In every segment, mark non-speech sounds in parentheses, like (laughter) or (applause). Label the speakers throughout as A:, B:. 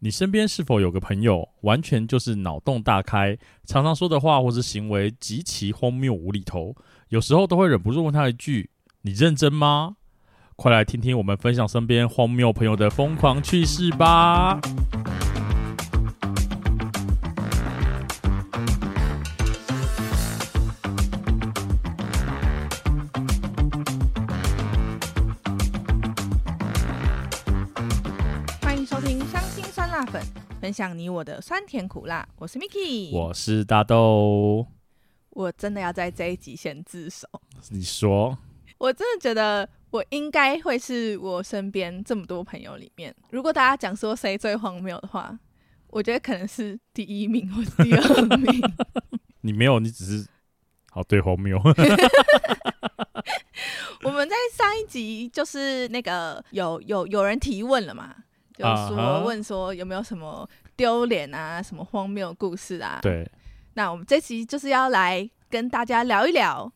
A: 你身边是否有个朋友，完全就是脑洞大开，常常说的话或是行为极其荒谬无厘头，有时候都会忍不住问他一句：“你认真吗？”快来听听我们分享身边荒谬朋友的疯狂趣事吧！
B: 欢迎收听《伤心酸辣粉》，分享你我的酸甜苦辣。我是 Miki，
A: 我是大豆，
B: 我真的要在这一集先自首，
A: 你说
B: 我真的觉得我应该会是我身边这么多朋友里面，如果大家讲说谁最荒谬的话，我觉得可能是第一名或是第二名。
A: (laughs) 你没有，你只是好对荒谬。 (laughs)
B: 我们在上一集就是那个有有有人提问了嘛，就
A: 啊哈
B: 说问说有没有什么丢脸啊，什么荒谬故事啊？
A: 对，
B: 那我们这期就是要来跟大家聊一聊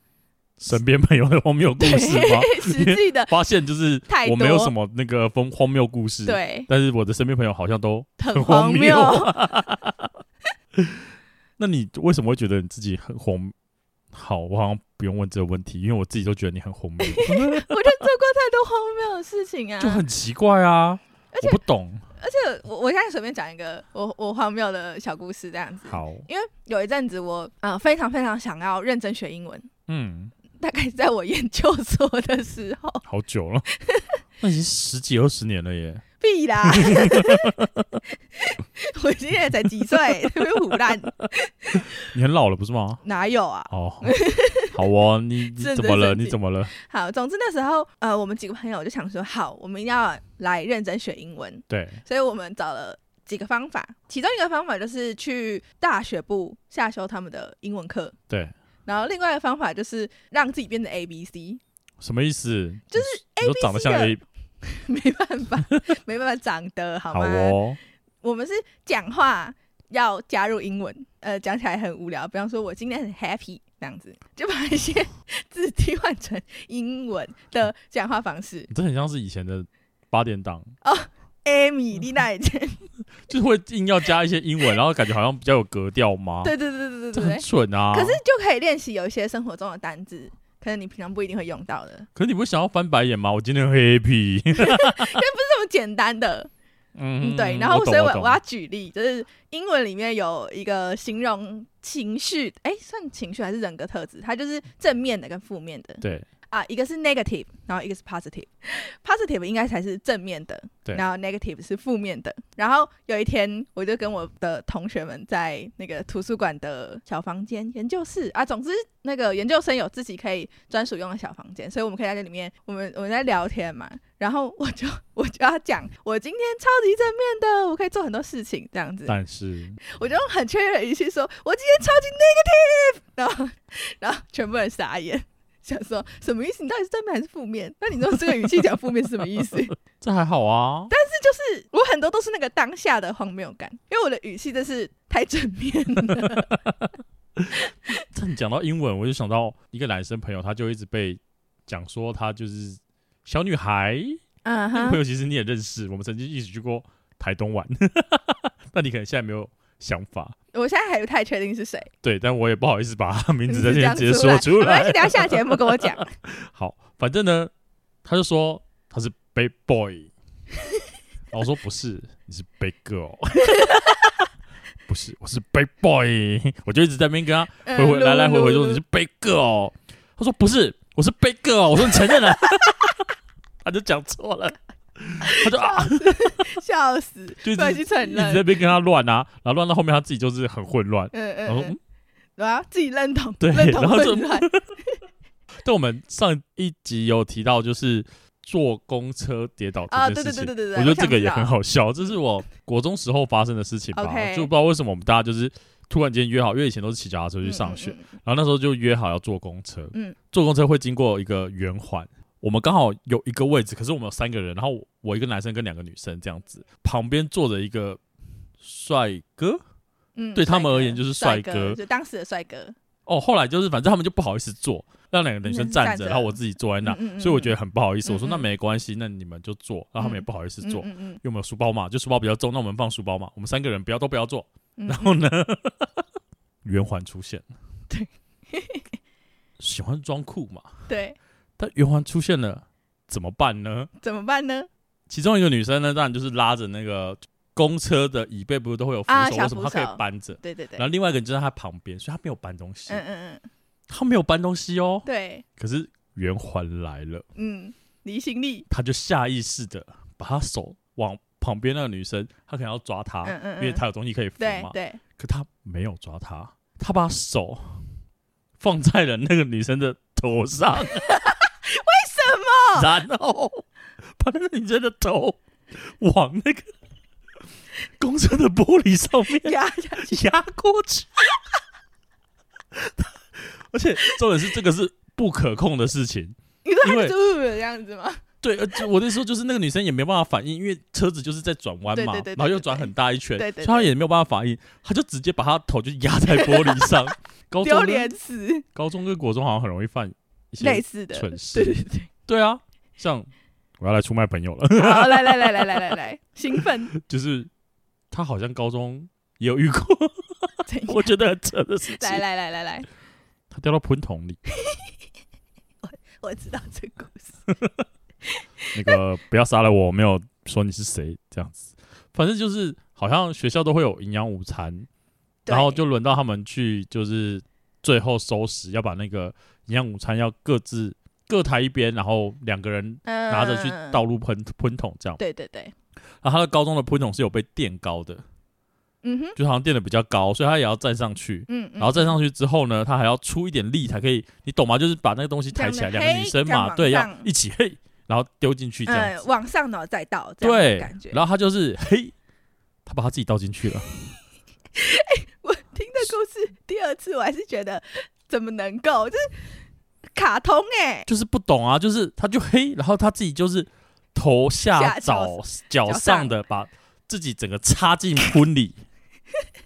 A: 身边朋友的荒谬故事吗？
B: (laughs) 实际的
A: 发现就是
B: 太多
A: 我没有什么那个疯荒谬故事，， (laughs)
B: 对，
A: (laughs) 但是我的身边朋友好像都
B: 很
A: 荒
B: 荒
A: (laughs) 谬
B: 谬。
A: 那你为什么会觉得你自己很荒？好，我好像不用问这个问题，因为我自己都觉得你很荒谬，
B: (laughs) 我就做过太多荒谬的事情啊！
A: 哦 (laughs) 就很奇怪啊！我不懂。
B: 而且我我现在随便讲一个我我荒谬的小故事这样子，
A: 好，
B: 因为有一阵子我呃非常非常想要认真学英文，
A: 嗯，
B: 大概在我研究所的时候，
A: 好久了，那已经十几二十年了耶。
B: 必
A: (laughs)
B: 啦！ (laughs) 我今年才几岁，特别胡乱，
A: 你很老了不是吗？
B: 哪有啊？ (laughs)
A: 哦，好哦，你你
B: 真的
A: 怎么了？
B: 生气
A: 你怎么了？
B: 好，总之那时候呃，我们几个朋友就想说，好，我们一定要来认真学英文，
A: 对，
B: 所以我们找了几个方法，其中一个方法就是去大学部下修他们的英文课，
A: 对，
B: 然后另外一个方法就是让自己变成 A B C， (laughs)
A: 什么意思？
B: 就是
A: 你说长得像 A，
B: 没办法， (laughs) 没办法长得好
A: 好
B: 吗？
A: 哦，
B: 我们是讲话要加入英文，呃，讲起来很无聊。比方说，我今天很 happy 这样子，就把一些 (laughs) 字替换成英文的讲话方式。
A: 你这很像是以前的八点档，
B: 艾米丽那一件，
A: 就是会硬要加一些英文，然后感觉好像比较有格调吗？
B: (laughs) 对对对对对
A: 这
B: 对
A: 很
B: 对。
A: 蠢啊！
B: 可是就可以练习有一些生活中的单字，可能你平常不一定会用到的，
A: 可是你不会想要翻白眼吗？我今天很 happy。
B: 这么 (laughs) 简单的。
A: 嗯
B: 嗯， (laughs) 对，然后
A: 懂
B: 所以我
A: 懂
B: 我要举例，就是英文里面有一个形容情绪，哎，算情绪还是人格特质？它就是正面的跟负面的
A: 对
B: 啊，一个是 negative，然后一个是 positive。positive 应该才是正面的，
A: 对
B: 然后 negative 是负面的。然后有一天，我就跟我的同学们在那个图书馆的小房间研究室啊，总之那个研究生有自己可以专属用的小房间，所以我们可以在这里面，我们我们在聊天嘛。然后我就我就要讲，我今天超级正面的，我可以做很多事情这样子。
A: 但是
B: 我就用很确认的语气说：“我今天超级 negative。”然后，然后全部人傻眼，想说什么意思？你到底是正面还是负面？那你用这个语气讲负面是什么意思？ (laughs) 这
A: 这还好啊。
B: 就是我很多都是那个当下的荒谬感，因为我的语气真是太正面了。
A: 这你讲到英文，我就想到一个男生朋友，他就一直被讲说他就是小女孩。
B: 嗯
A: 那个朋友其实你也认识，我们曾经一起去过台东玩。 (laughs) 那你可能现在没有想法，
B: 我现在还不太确定是谁，
A: 对，但我也不好意思把他名字
B: (laughs)
A: 在这
B: 这
A: 边
B: 样
A: 直接说
B: 出
A: 出
B: 来。没关
A: 来
B: (laughs) 系，。等一下下节目跟我讲。
A: 好，反正呢，他就说他是 big boy，然后我说不是，你是 big girl，不是，我是 big boy，我就一直在那边跟他 (laughs)
B: 嗯
A: 回回来来回回说
B: 噜
A: 你是 big girl，他说不是，我是 big girl，我说你承认了， (laughs) 他就讲错了，他就啊，
B: 噜笑死，
A: 就一
B: 不小
A: 直
B: 心
A: 一直
B: 承
A: 在
B: 认
A: 那边跟他乱啊，然后乱到后面他自己就是很混乱，
B: 嗯
A: 然后说
B: 嗯
A: 嗯
B: 嗯，我要自己认同，
A: 对
B: 认同
A: 然后就
B: 混
A: (laughs)
B: 乱。
A: 对，我们上一集有提到，就是坐公车跌倒
B: 啊
A: 这件事情。
B: 对对对对对对
A: 我觉得
B: 我
A: 这个
B: 想
A: 也
B: 到
A: 很好笑， (laughs) 这是我国中时候发生的事情吧。
B: OK
A: 就不知道为什么我们大家就是突然间约好，因为以前都是骑脚踏车去上学，
B: 嗯，嗯
A: 然后那时候就约好要坐公车。
B: 嗯
A: 坐公车会经过一个圆环，我们刚好有一个位置，可是我们有三个人，然后我我一个男生跟两个女生这样子，旁边坐着一个帅哥，
B: 嗯嗯
A: 对他们
B: 帅哥
A: 而言就是帅
B: 嗯帅
A: 哥
B: 就当时的帅哥。
A: 哦，后来就是反正他们就不好意思坐，让两个女生站
B: 站
A: 着，
B: 着
A: 然后我自己坐在那，
B: 嗯嗯嗯
A: 所以我觉得很不好意思。我说
B: 嗯嗯
A: 那没关系，那你们就坐，然后他们也不好意思坐，
B: 嗯嗯
A: 因为我们有书包嘛，就书包比较重，那我们放书包嘛，我们三个人不要都不要坐，(laughs)
B: 嗯，
A: 然后呢，圆环出现，
B: 对，
A: 喜欢装酷嘛，
B: 对，
A: 但圆环出现了怎么办呢？
B: 怎么办呢？
A: 其中一个女生呢，当然就是拉着那个公车的椅背，不是都会有扶手，
B: 啊
A: 为
B: 小
A: 什么
B: 扶
A: 她可以
B: 手
A: 搬着？
B: 对对对
A: 然，后另外一个人就在她旁边，所以她没有搬东西，
B: 嗯嗯嗯，
A: 她没有搬东西哦。
B: 对，
A: 可是圆环来了，
B: 嗯，离心力，
A: 她就下意识的把她手往旁边那个女生，她可能要抓她，
B: 嗯嗯
A: 啊因为
B: 嗯，
A: 她有东西可以扶
B: 对
A: 嘛。
B: 对，
A: 可她没有抓她，她把手放在了那个女生的头上，为什么？然后把那个女生的头往那个公车的玻璃上面
B: 压下去，
A: 压过去， (laughs) 而且重点是这个是不可控的事情。
B: 你说
A: 因为
B: 他就呃这样子吗？
A: 对，呃，就我的意思说，就是那个女生也没办法反应，因为车子就是在转弯嘛，
B: 对对对对
A: 然后又转很大一圈，
B: 对对对
A: 所以她也没有办法反应，她就直接把她头就压在玻璃
B: (laughs)
A: 上。高中
B: 丢
A: 跟
B: 脸死，
A: 高中跟国中好像很容易犯一
B: 类
A: 些，
B: 似的，
A: 蠢
B: 对
A: 事
B: 对对。
A: 对啊，像我要来出卖朋友了， (laughs)
B: 好，来来来来来来来， (laughs) 兴奋，
A: 就是她好像高中也有遇过， (laughs)
B: 怎样
A: 我觉得很扯的事情
B: 来，来来来来，
A: 她掉到喷桶里，
B: 我知道这个故事。
A: 那
B: (laughs)
A: 个不要杀了我，我没有说你是谁这样子，反正就是好像学校都会有营养午餐，
B: 对
A: 然后就轮到他们去，就是最后收拾，要把那个营养午餐要各自各抬一边，然后两个人拿
B: 拿
A: 着去倒，入喷喷桶这样。
B: 嗯对对对，
A: 然后他的高中的喷桶是有被垫高的，
B: 嗯哼，
A: 就好像垫的比较高，所以他也要站上去。
B: 嗯，嗯
A: 然后站上去之后呢，他还要出一点力才可以，你懂吗？就是把那个东西抬起来，
B: 这
A: 两
B: 样
A: 个女生嘛，
B: 嘿
A: 对，
B: 这
A: 要
B: 样往上
A: 一起嘿，然后丢进去这样
B: 嗯，
A: 子。
B: 往上脑再倒，这样的
A: 对
B: 感觉，。
A: 然后他就是嘿，他把他自己倒进去了。
B: 我听的故事第二次，我还是觉得怎么能够，就是卡通哎，
A: 就是不懂啊，就是他就黑，然后他自己就是头下
B: 下
A: 脚
B: 脚
A: 脚上的把自己整个插进盆里，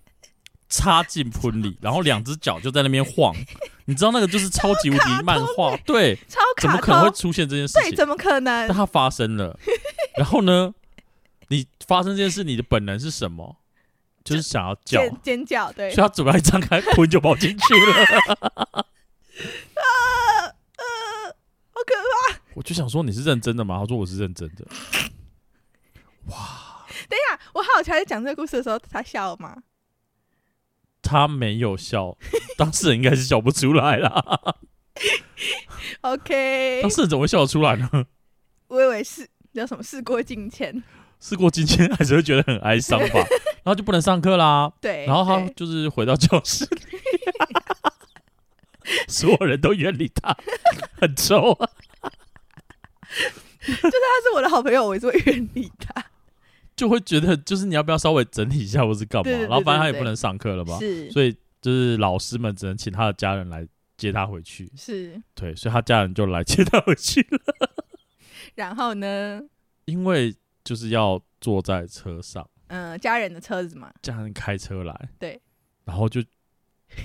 A: (laughs) 插进盆里，然后两只脚就在那边晃，你知道那个就是超级无敌漫画，对，
B: 超
A: 怎么
B: 卡
A: 可能会
B: 通，
A: 出现这件事
B: 对，
A: 情？
B: 怎么可能
A: 但？它发生了，然后呢，你发生这件事，你的本能是什么？就是想要叫，
B: 尖尖叫，对
A: 所以，他嘴巴一张开， (laughs) 盆就跑进去了。
B: 呃好可怕。
A: 我就想说你是认真的吗？他说我是认真的。
B: 等一下，哎我好奇他在讲这个故事的时候，他笑吗？
A: 他没有笑， (laughs) 当事人应该是笑不出来啦。
B: OK，
A: 当事人怎么会笑得出来呢？ (laughs)
B: 我以为是有什么事过境迁，
A: 事过境迁还是会觉得很哀伤
B: (laughs)
A: 吧，然后就不能上课啦。
B: 对，
A: 然后他
B: 对
A: 就是回到教室里，
B: (laughs)
A: 所有人都远离他， (laughs) 很臭啊。
B: 他是我的好朋友，我也是会远离他，
A: 就会觉得就是你要不要稍微整理一下或是干嘛？
B: 对对对
A: 然后反正他也
B: 对对
A: 不能上课了吧，
B: 是
A: 所以就是老师们只能请他的家人来接他回去。
B: 是。
A: 对，所以他家人就来接他回去了，
B: 然后呢，
A: 因为就是要坐在车上。
B: 嗯，家人的车子嘛，
A: 家人开车来，
B: 对，
A: 然后就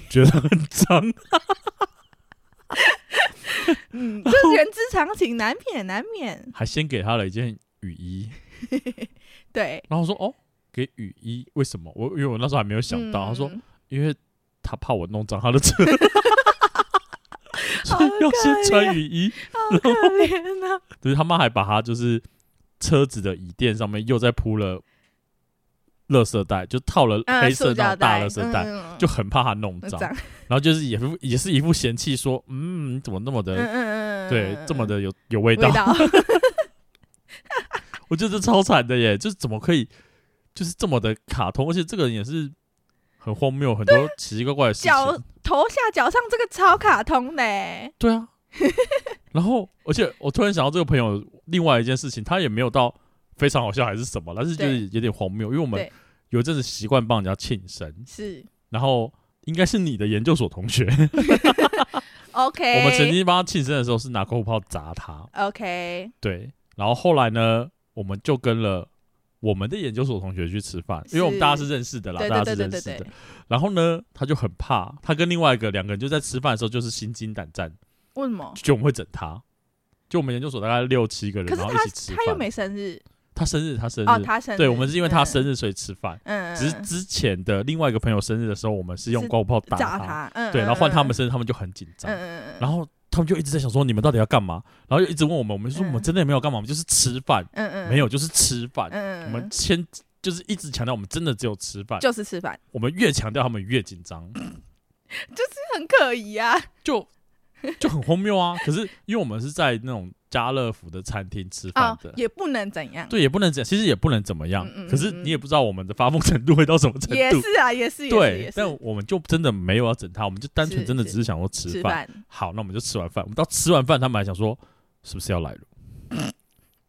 A: 觉得很脏， (laughs) (laughs)
B: 嗯，这人之常情，难免难免。
A: 还先给他了一件雨衣，
B: 对，
A: 然后我说哦，给雨衣，为什么？我因为我那时候还没有想到，
B: 嗯
A: 他说因为他怕我弄脏他的
B: (laughs)
A: 车，所
B: 好啊
A: 以要先穿雨衣。
B: 好可怜啊，
A: 对，他妈还把他就是车子的椅垫上面又再铺了垃圾袋，就套了
B: 嗯
A: 黑色
B: 塑
A: 那
B: 胶
A: 种大
B: 袋，
A: 垃圾袋，
B: 嗯
A: 就很怕他弄脏，
B: 脏，
A: 然后就是也不也是一副嫌弃说，嗯，你怎么那么的
B: 嗯嗯嗯，嗯
A: 对，这么
B: 嗯
A: 的有有味
B: 味
A: 道，
B: 道，
A: (laughs) 我觉得这超惨的耶！就是怎么可以，就是这么的卡通，而且这个人也是很荒谬，很多奇奇怪怪的事
B: 啊脚
A: 情。
B: 头下脚上这个超卡通的欸，
A: 对啊，然后而且我突然想到这个朋友另外一件事情，他也没有到非常好笑还是什么，但是就是有点荒谬，因为我们
B: 对
A: 有一阵子习惯帮人家庆生，
B: 是
A: 然后。应该是你的研究所同学， (laughs)
B: OK。
A: 我们曾经帮他庆生的时候是拿狗火炮砸他，
B: OK，
A: 对，然后后来呢，我们就跟了我们的研究所同学去吃饭，因
B: 是
A: 为我们大家是认识的啦，
B: 对
A: 大家
B: 对对
A: 是
B: 对
A: 认识
B: 对
A: 的
B: 对。，
A: 然后呢，他就很怕，他跟另外一个两个人就在吃饭的时候就是心惊胆战，
B: 为什么？
A: 就觉得我们会整他。就我们研究所大概六七个人，
B: 可是
A: 然后一起吃
B: 他
A: 饭。
B: 他又没生日
A: 他生日，他生日，
B: 哦，他生日
A: 对我们是因为他生
B: 日，
A: 日所以吃饭。
B: 嗯，嗯
A: 只是
B: 嗯
A: 之前的另外一个朋友生日的时候，我们是用
B: 是
A: 刮胡泡打
B: 炸
A: 他，
B: 他，嗯，
A: 对，
B: 嗯
A: 然后换他们，
B: 嗯
A: 生日，他们就很紧张
B: 嗯，嗯嗯，
A: 然后他们就一直在想说你们到底要干嘛，然后就一直问我们，我们就说
B: 嗯
A: 我们真的也没有干嘛，我们就是吃饭，
B: 嗯嗯
A: 没有就是吃饭，
B: 嗯，嗯
A: 我们先就是一直强调我们真的只有吃饭，
B: 就是吃饭，
A: 我们越强调他们越紧张，
B: 这很可疑啊，
A: 就就很荒谬
B: (laughs)
A: 啊。可是因为我们是在那种家乐福的餐厅吃饭
B: 哦
A: 的，，
B: 也不能怎样，
A: 对，也不能怎，其实也不能怎么样。
B: 嗯嗯
A: 可是
B: 嗯
A: 你也不知道我们的发疯程度会到什么程
B: 也
A: 度。
B: 是啊，也是，也是
A: 对
B: 也，是
A: 但我们就真的没有要整他，我们就单纯
B: 是
A: 真的
B: 是
A: 只是想说吃
B: 吃
A: 饭。
B: 饭，
A: 好，那我们就吃完饭，我们到吃完饭，他们还想说是不是要来了？
B: (laughs)
A: 因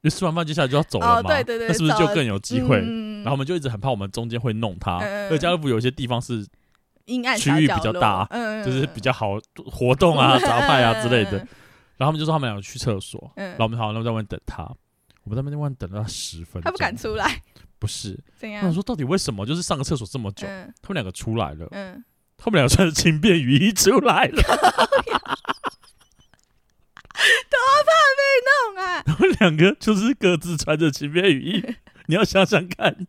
A: 为吃完饭接下来就要走了
B: 哦
A: 嘛，
B: 对对对
A: 那是不是
B: 走
A: 就
B: 了
A: 更有机会？
B: 嗯
A: 然后我们就一直很怕我们中间会弄他，
B: 嗯嗯
A: 因为家乐福有一些地方是
B: 阴暗
A: 区
B: 小
A: 域比
B: 角
A: 较
B: 落
A: 大
B: 嗯，
A: 就是比较好活动啊、杂派啊之类的
B: 嗯，，
A: 然后他们就说他们两个去厕所，
B: (laughs) 嗯
A: 然后我们好，那我们在外面等他，我们在那边等了他十分钟，
B: 他不敢，出来，
A: 不是，
B: 怎
A: 我
B: 样？
A: 想说到底为什么？就是上个厕所这么久，
B: 嗯
A: 他们两个出来了，
B: 嗯，
A: 他们两个穿着轻便雨衣出来了，
B: (laughs) 懂
A: (laughs)
B: 啊，
A: 他们两个就是各自穿着轻便雨
B: (laughs)
A: 衣。你要想想看，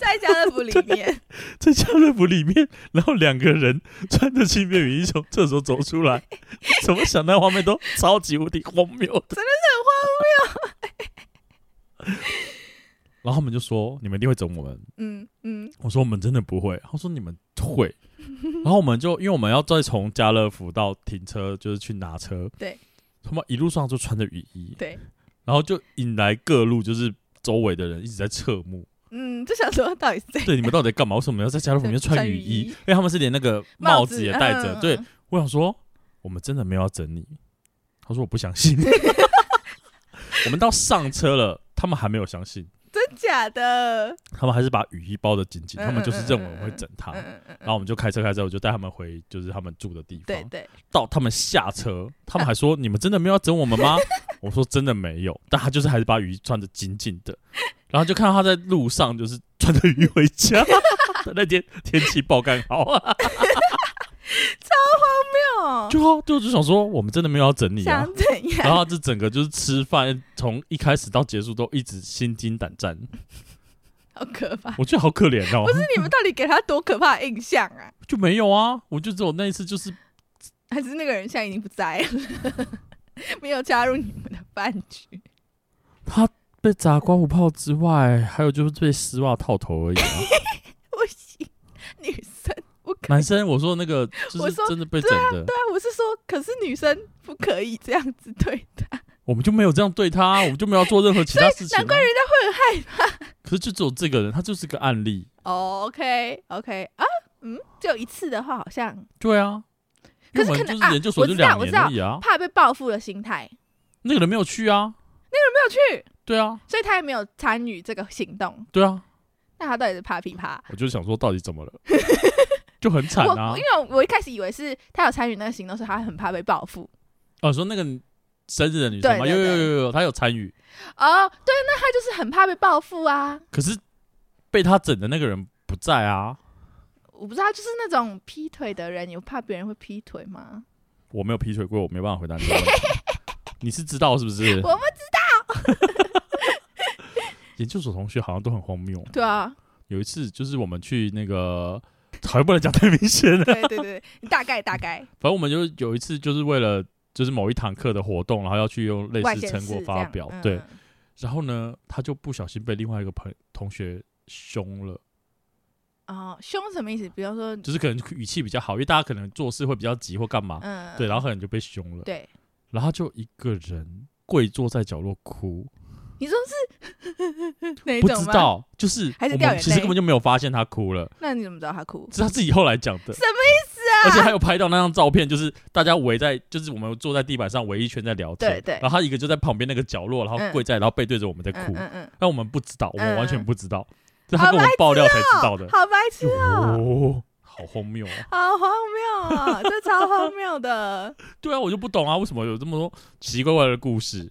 B: 在家乐福里面，
A: 在家乐福里面，然后两个人穿着轻便雨衣从厕所走出
B: (laughs)
A: 来，怎么想那画面都超级无敌荒谬的。然后他们就说：“你们一定会整我们。”
B: 嗯嗯
A: 我说我们真的不会，他说你们会，然后我们就因为我们要再从家乐福到停车，就是去拿车，
B: 对，
A: 他们一路上就穿着雨衣，
B: 对，
A: 然后就引来各路就是周围的人一直在侧目，
B: 嗯，就想说到底是谁
A: 对，你们到底干嘛？为什么要在家乐福里面穿雨衣？
B: 穿雨衣
A: 因为他们是连那个帽子也戴着，
B: 嗯
A: 对，我想说我们真的没有要整你，他说我不相 (laughs) 信，我们到上车了，他们还没有相信，
B: 真假的，
A: 他们还是把雨衣包的紧紧，
B: 嗯
A: 他们就是认为我们
B: 嗯
A: 会
B: 嗯嗯
A: 整他。
B: 嗯嗯嗯
A: 然后我们就开车开车，我就带他们回就是他们住的地
B: 对
A: 方。
B: 对，
A: 到他们下
B: (laughs)
A: 车，他们还说：“你们真的没有要整我们吗？” (laughs) 我说：“真的没有。”但他就是还是把雨衣穿得紧紧的，然后就看到他在路上就是穿着雨衣回家。
B: (laughs)
A: 那天天气爆干好啊，
B: 哦，
A: 就啊就就想说我们真的没有要整你啊
B: 想。怎
A: 然
B: 样？
A: 后这整个就是吃饭，从一开始到结束都一直心惊胆战，
B: 好可怕！
A: 我觉得好可怜哦。
B: 不是你们到底给他多可怕的印象啊？
A: 就没有啊，我就只有那一次，就是
B: 还是那个人现在已经不在了， (laughs) 没有加入你们的饭局？
A: 他被砸刮胡泡之外，还有就是被丝袜套头而已、
B: (laughs)
A: 啊。
B: 不行，女生不可以
A: 男生，我说那
B: (laughs)
A: 个就
B: 我
A: 是
B: 说
A: 真的被整的，
B: 对啊，我是说，可是女生不可以这样子对待，
A: 我们就没有这样对他，我们就没有做任何其他事情、啊。
B: 难怪人家
A: 可是就只有这个人，他就是个案例。
B: 哦 OK OK 啊，嗯，只有一次的话，好像
A: 对啊，因
B: 可
A: 为
B: 是
A: 我们
B: 可
A: 就
B: 能
A: 是研究所
B: 啊
A: 就
B: 我知道
A: 两年而已啊，
B: 怕被报复的心态
A: 那个人没有去啊。
B: 没有去，
A: 对啊，
B: 所以他也没有参与这个行动。
A: 对啊，
B: 那他到底是怕屁怕？
A: 我就想说到底怎么了，
B: (laughs)
A: 就很惨
B: 我
A: 啊
B: 我因。为我一开始以为是他有参与那个行动，所以他很怕被报复。
A: 哦，说那个生日的女生嘛，
B: 对
A: 有
B: 对
A: 有有
B: 对
A: 有有，她有参与，
B: 哦，对，那他就是很怕被报复啊！
A: 可是被他整的那个人不在啊，
B: 我不知道，就是那种劈腿的人，有怕别人会劈腿吗？
A: 我没有劈腿过，我没办法回答你的问题。你是知道是不是？
B: 我不
A: 知道。 (laughs) 研究所同学好像都很荒谬。
B: 对啊，
A: 有一次就是我们去那个，好像不能讲太明显了。 (laughs)
B: 对对对，你大概大概
A: 反正我们就有一次就是为了就是某一堂课的活动，然后要去用 (laughs) 类
B: 外
A: 似
B: 显
A: 成果
B: 示这
A: 发
B: 样
A: 表，
B: 嗯
A: 对。然后呢，他就不小心被另外一个朋同学凶了，
B: 哦，凶什么意思？比方说，
A: 就是可能语气比较好，因为大家可能做事会比较急或干嘛，
B: 嗯，
A: 对，然后可能就被凶了，
B: 对，
A: 然后他就一个人跪坐在角落哭。
B: 你说
A: (laughs)
B: 是哪一
A: 不
B: 种
A: 知
B: 吗？
A: 道，就是
B: 还是
A: 我
B: 掉
A: 们
B: 眼
A: 其实
B: 泪
A: 根本就没有发现他哭了，
B: 那你怎么知道他哭？
A: 是他自己后来讲的。
B: 什么
A: 意思啊？而且他有拍到那张照片，就是大家围在，就是我们坐在地板上围一圈在聊天，
B: 对对
A: 然后他一个就在旁边那个角落，然后
B: 嗯
A: 跪在，然后背对着我们在
B: 嗯
A: 哭，
B: 嗯嗯，
A: 但我们不知道，我们
B: 嗯
A: 完全
B: 嗯
A: 不知道，是他跟我们爆料才知道的。
B: 好白痴，
A: 哦，好荒谬啊！
B: 好荒
A: (laughs)
B: 谬啊！这超荒谬的，
A: 对啊，我就不懂啊，为什么有这
B: (laughs)
A: 么多奇奇怪怪的故事？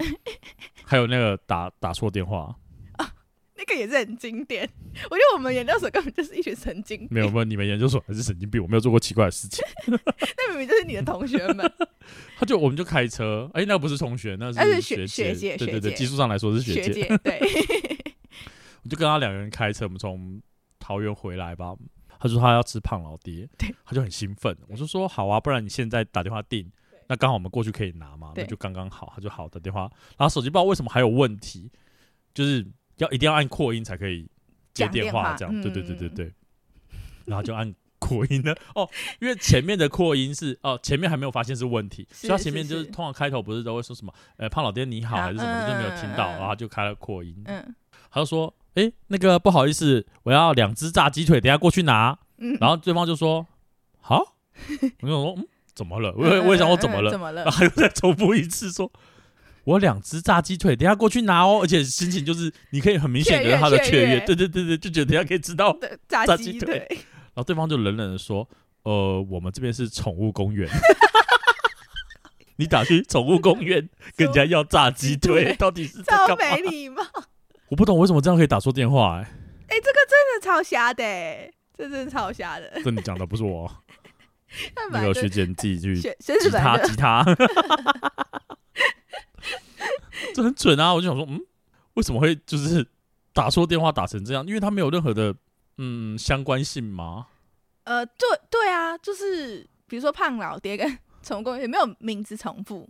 A: 还有那个打打错电话，
B: 那那个也是很经典。我觉得我们研究所根本就是一群神经病，
A: 没有问你们研究所还是神经病，我没有做过奇怪的事情。
B: 那明明就是你的同学
A: (laughs)
B: 们，
A: 他就我们就开车，哎、那不是同学，那
B: 那
A: 是
B: 是学
A: 学
B: 学姐
A: 对对
B: 学
A: 对，
B: 姐
A: 技术上来说是学
B: 学
A: 姐。
B: 姐对，
A: 我就跟他两个人开车，我们从桃园回来吧。他说他要吃胖老爹
B: 对，
A: 他就很兴奋。我就说好啊，不然你现在打电话订，那刚好我们过去可以拿嘛，那
B: 对
A: 就刚刚好。他就好打电话，然后手机不知道为什么还有问题，就是要一定要按扩音才可以接
B: 讲电
A: 话，
B: 话
A: 这样。对对对
B: 嗯
A: 对对，然后就按扩音了。 (laughs) 哦，因为前面的扩音是哦，前面还没有发现是问题，所以他
B: 是
A: 前面
B: 是
A: 就是
B: 是
A: 通常开头不是都会说什么呃胖老爹你好
B: 啊
A: 还是什么，就没有听到，
B: 嗯嗯嗯
A: 然后他就开了扩音。
B: 嗯
A: 他就说：“诶，那个不好意思，我要两只炸鸡腿，等一下过去拿。
B: 嗯”，
A: 然后对方就说：“好。”我就说：“嗯，怎么 (laughs)
B: (laughs)
A: 了？”我也我也想我怎么
B: 嗯嗯
A: 了
B: 怎，
A: (laughs)
B: 么
A: 然
B: 了？
A: 后又再重复一次说：“我两只炸鸡腿，等一下过去拿哦。”而 (laughs) 且心情就是你可以很明显
B: 雀
A: 觉
B: 跃
A: 得他的
B: 雀
A: 雀跃，
B: 跃
A: 对对对对，就觉得等一下可以知道。
B: 对，炸
A: 炸鸡
B: 鸡
A: 腿
B: 腿，
A: 然后对方就冷冷的说：“呃，我们这边是宠物公
B: (laughs)
A: 园。”你打去宠物公园跟人家要炸鸡腿，到底是在
B: (laughs) 超
A: 干嘛
B: 没？礼
A: (laughs)
B: 貌！
A: 我不懂为什么这样可以打错电话、哎。
B: 哎、这个真的超瞎的、欸，这真的超瞎的。
A: 这你讲的不是
B: (laughs)
A: 我，
B: 那
A: 那
B: 本
A: 个
B: 来
A: 学
B: 就
A: 姐你自己
B: (laughs)
A: 去
B: 学学
A: 吉
B: 日本
A: 他
B: 的，
A: 吉他， (laughs) 这很准啊！我就想说，嗯，为什么会就是打错电话打成这样？因为它没有任何的嗯相关性嘛。
B: 呃，对对啊，就是比如说胖老爹跟 (laughs) 宠物公园没有名字重复，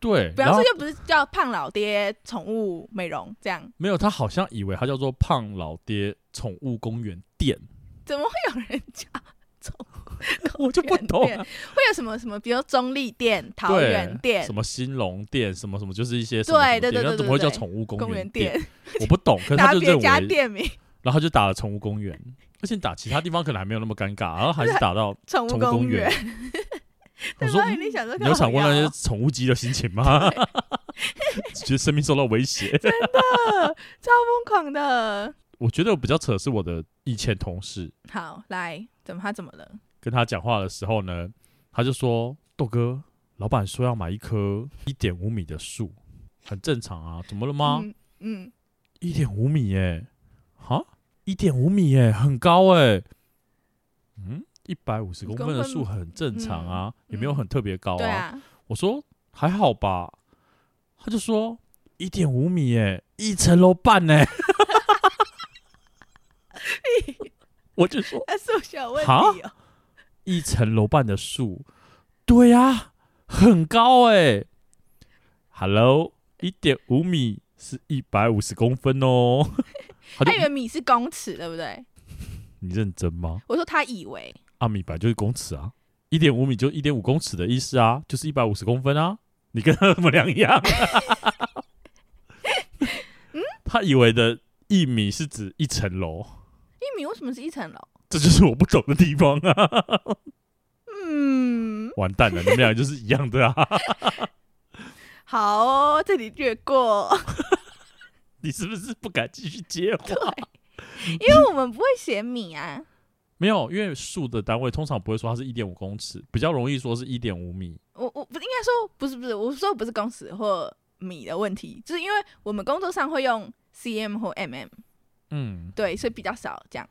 A: 对，
B: 比
A: 然
B: 方
A: 后
B: 说又不是叫胖老爹宠物美容这样，
A: 没有，他好像以为它叫做胖老爹宠物公园店，
B: 怎么会有人叫？ (laughs)
A: (laughs) 我就不懂啊、
B: 店会有什么什么，比如说中立店、桃
A: 对
B: 园店
A: 什、么兴隆店，什么什么，就是一些什么什么
B: 对对
A: 店
B: 对
A: 那
B: 对
A: 怎么会
B: 对
A: 叫
B: 对
A: 宠物公
B: 公
A: 园
B: 园
A: 店？
B: 店，
A: (laughs) 我不懂，可是
B: 大
A: 他
B: 家
A: 就认
B: 别 (laughs)
A: 为
B: 加店名，
A: 然后就打了宠物公园，而且打其他地方可能还没有那么尴尬，然后还是打到
B: 宠
A: 宠物
B: 物
A: 公
B: 公
A: 园
B: 园。。 (laughs)
A: 我
B: 对 (laughs)
A: 说
B: 吧？
A: 嗯
B: 你想说
A: 你有想过那
B: 靠
A: 些
B: 腰
A: 宠物鸡的心情吗？ (laughs) 觉得生命受到威胁。
B: 疯狂的？
A: 我觉得比较扯是我的以前同事
B: 好，来，怎么他怎么了？
A: 跟他讲话的时候呢，他就说：“豆哥，老板说要买一棵一点五米的树，很正常啊，怎么了吗？
B: 嗯嗯，
A: 一点五米耶、哈，一点五米耶、很高哎、嗯，一百五十公
B: 公
A: 分的
B: 分
A: 树很正常啊，
B: 嗯
A: 也没有很特别高
B: 对啊， (laughs)
A: 我说还好吧，他就说一点五米耶，一层楼半
B: (laughs)
A: 呢。我就说
B: 那是我小问
A: 哈
B: 题哦。
A: 一层楼半的树，对呀、很高哎、Hello，一点五米是一百五十公分
B: (laughs)
A: 哦。他就嗯
B: 他以为米是公尺，对不对？
A: 你认真吗？
B: 我说他以为，
A: 阿米本来就是公尺啊，一点五米就一点五公尺的意思啊，就是一百五十公分啊。你跟他们两样，啊 (laughs) 他以为的一米是指一层楼，
B: 一米为什么是一层楼？
A: 这就是我不懂的地方啊！ (laughs)
B: 嗯，
A: 完蛋了，你们俩就是一样的啊！ (laughs)
B: 好哦，这里略过， (laughs)
A: 你是不是不敢继续接话？
B: 因为我们不会写米啊。
A: 没有，因为数的单位通常不会说它是一点五公尺，比较容易说是一点五米。
B: 我我不应该说不是不是，我说不是公尺或米的问题，就是因为我们工作上会用 cm 或 mm，
A: 嗯，
B: 对，所以比较少讲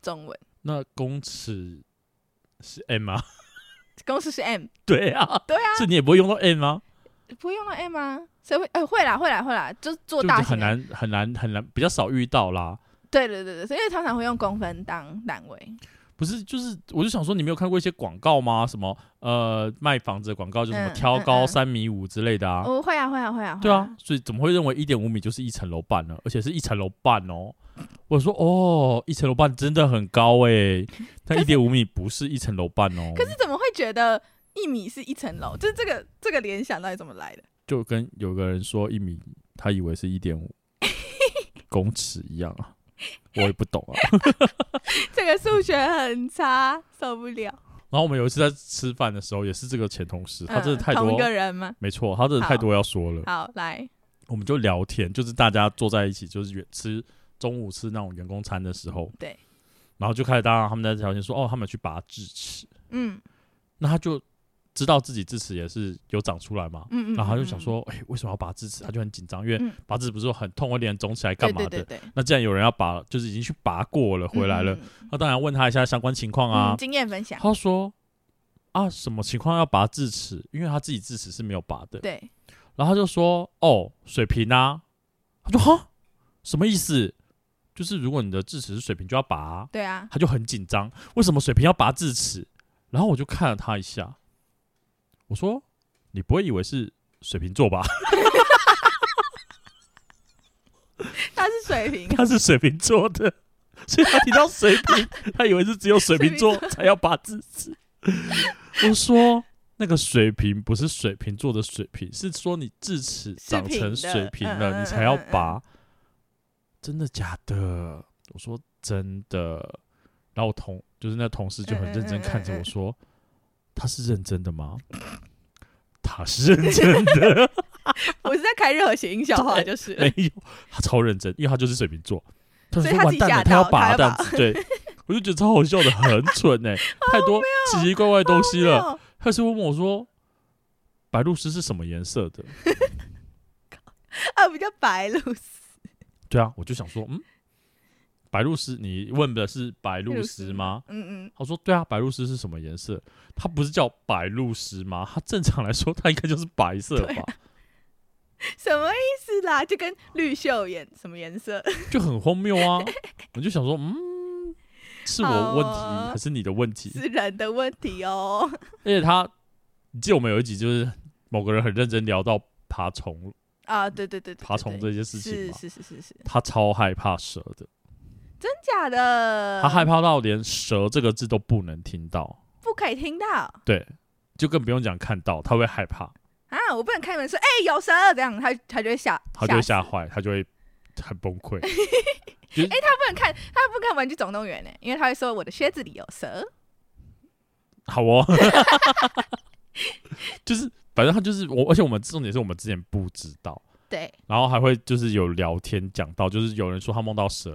B: 中文。
A: 那公尺是 m 啊？ (laughs)
B: 公式是 m，
A: 对啊，
B: 对啊，
A: 所以你也不会用到 m 啊？
B: 不会用到 m 啊，谁会？呃，会啦会啦会啦，就是做
A: 就
B: 大
A: 就很
B: 型的
A: 难很难很难，比较少遇到啦。
B: 对对对对，所以通常会用公分当单位。
A: 不是，就是我就想说，你没有看过一些广告吗？什么呃，卖房子的广告，就什么
B: 嗯
A: 挑高
B: 嗯嗯
A: 三米五之类的啊。
B: 哦，会啊会啊会啊，会
A: 对啊，，所以怎么会认为一点五米就是一层楼半呢？而且是一层楼半哦。我说哦，一层楼半真的很高诶、但一点五米不是一层楼半哦，
B: 可是怎么会觉得一米是一层楼？就是这个这个联想到底怎么来的？
A: 就跟有个人说一米，他以为是一点
B: (laughs)
A: 五公尺一样啊，我也不懂啊。
B: (laughs) 这个数学很差，受不了。
A: 然后我们有一次在吃饭的时候，也是这个前同 (laughs) 事，他真的
B: 嗯
A: 太
B: 同
A: 多
B: 一，个人吗？
A: 没错，他真的太多要说了。
B: 好，来，
A: 我们就聊天，就是大家坐在一起，就是员吃中午吃那种员工餐的时候，
B: 对，
A: 然后就开始，当然他们在聊天说，哦，他们去拔智齿，
B: 嗯，
A: 那他就知道自己智齿也是有长出来嘛，
B: 嗯嗯，
A: 然后他就
B: 嗯
A: 想，
B: 嗯
A: 说，哎、为什么要拔智齿？他就很紧张，因为
B: 嗯
A: 拔智齿不是很痛，会脸肿起来
B: 对
A: 干嘛的？
B: 嗯对对对，
A: 那既然有人要拔，就是已经去拔过了，回来了，
B: 嗯，嗯
A: 那当然问他一下相关情况
B: 嗯
A: 啊。
B: 嗯经验分享，
A: 他说啊，什么情况要拔智齿？因为他自己智齿是没有拔的。
B: 对，
A: 然后他就说哦，水平啊。他说哈，什么意思？就是如果你的智齿是水平，就要拔啊、
B: 对啊，
A: 他就很紧张，为什么水平要拔智齿？然后我就看了他一下，我说：“你不会以为是水瓶座吧？，
B: 他是水啊平
A: (laughs) 他是水瓶座的， (laughs) 所以他提到水瓶，他以为是只有水瓶
B: (laughs)
A: 座才要拔智齿。” (laughs) 我说：“那个水瓶不是水瓶座的水瓶，是说你智齿长成水瓶
B: 是平的
A: 了，
B: 嗯
A: 你才要拔。”真的假的？我说真的。然后我同就是那同事就很认真看着我
B: 嗯
A: 说：“他是认真的吗？” (laughs) 他是认真的，
B: 我是在开任何谐音笑话
A: 对 (laughs)
B: 就是了，
A: 没有，哎他超认真，因为他就是水瓶座。他
B: 所
A: 说
B: 以他自
A: 完
B: 己
A: 蛋了，
B: 吓
A: 他要
B: 到
A: 拔
B: 他要
A: 蛋子，
B: (laughs)
A: 对我就觉得超好笑的，很蠢哎、太多奇奇怪怪的东西了。
B: 哦，
A: 他是问我说，白鹭鸶是什么颜色的？
B: 啊，比较白露丝，
A: 对啊，我就想说，嗯，白鹭鸶，你问的是白鹭鸶吗？
B: 嗯嗯，
A: 他说：“对啊，白鹭鸶是什么颜色？它不是叫白鹭鸶吗？它正常来说，它应该就是白色
B: 对啊
A: 吧，
B: 什么意思啦？就跟绿袖眼什么颜色？
A: 就很荒谬啊！”我就想说，嗯，是我问
B: 好啊
A: 题还是你的问题？
B: 是人的问题哦。
A: 而且他，你记得我们有一集就是某个人很认真聊到爬虫、
B: 啊，对对对对，对
A: 爬虫
B: 对
A: 这件事情
B: 是
A: 嘛，
B: 是是是是，
A: 他超害怕蛇的，
B: 真假的？
A: 他害怕到连蛇这个字都不能听到，
B: 不可以听到
A: 对，就更不用讲看到，他会害怕，
B: 啊！我不能开门说，哎、有蛇这样，他他就会吓，
A: 他就会
B: 吓
A: 吓
B: 死。
A: 坏，他就会很崩溃。 (laughs)
B: 他不能看，他不能看《玩具总动员》呢，因为他会说我的靴子里有蛇。
A: 好哦， (laughs) 就是反正他就是我，而且我们重点是我们之前不知道。
B: 对，
A: 然后还会就是有聊天讲到，就是有人说他梦到蛇，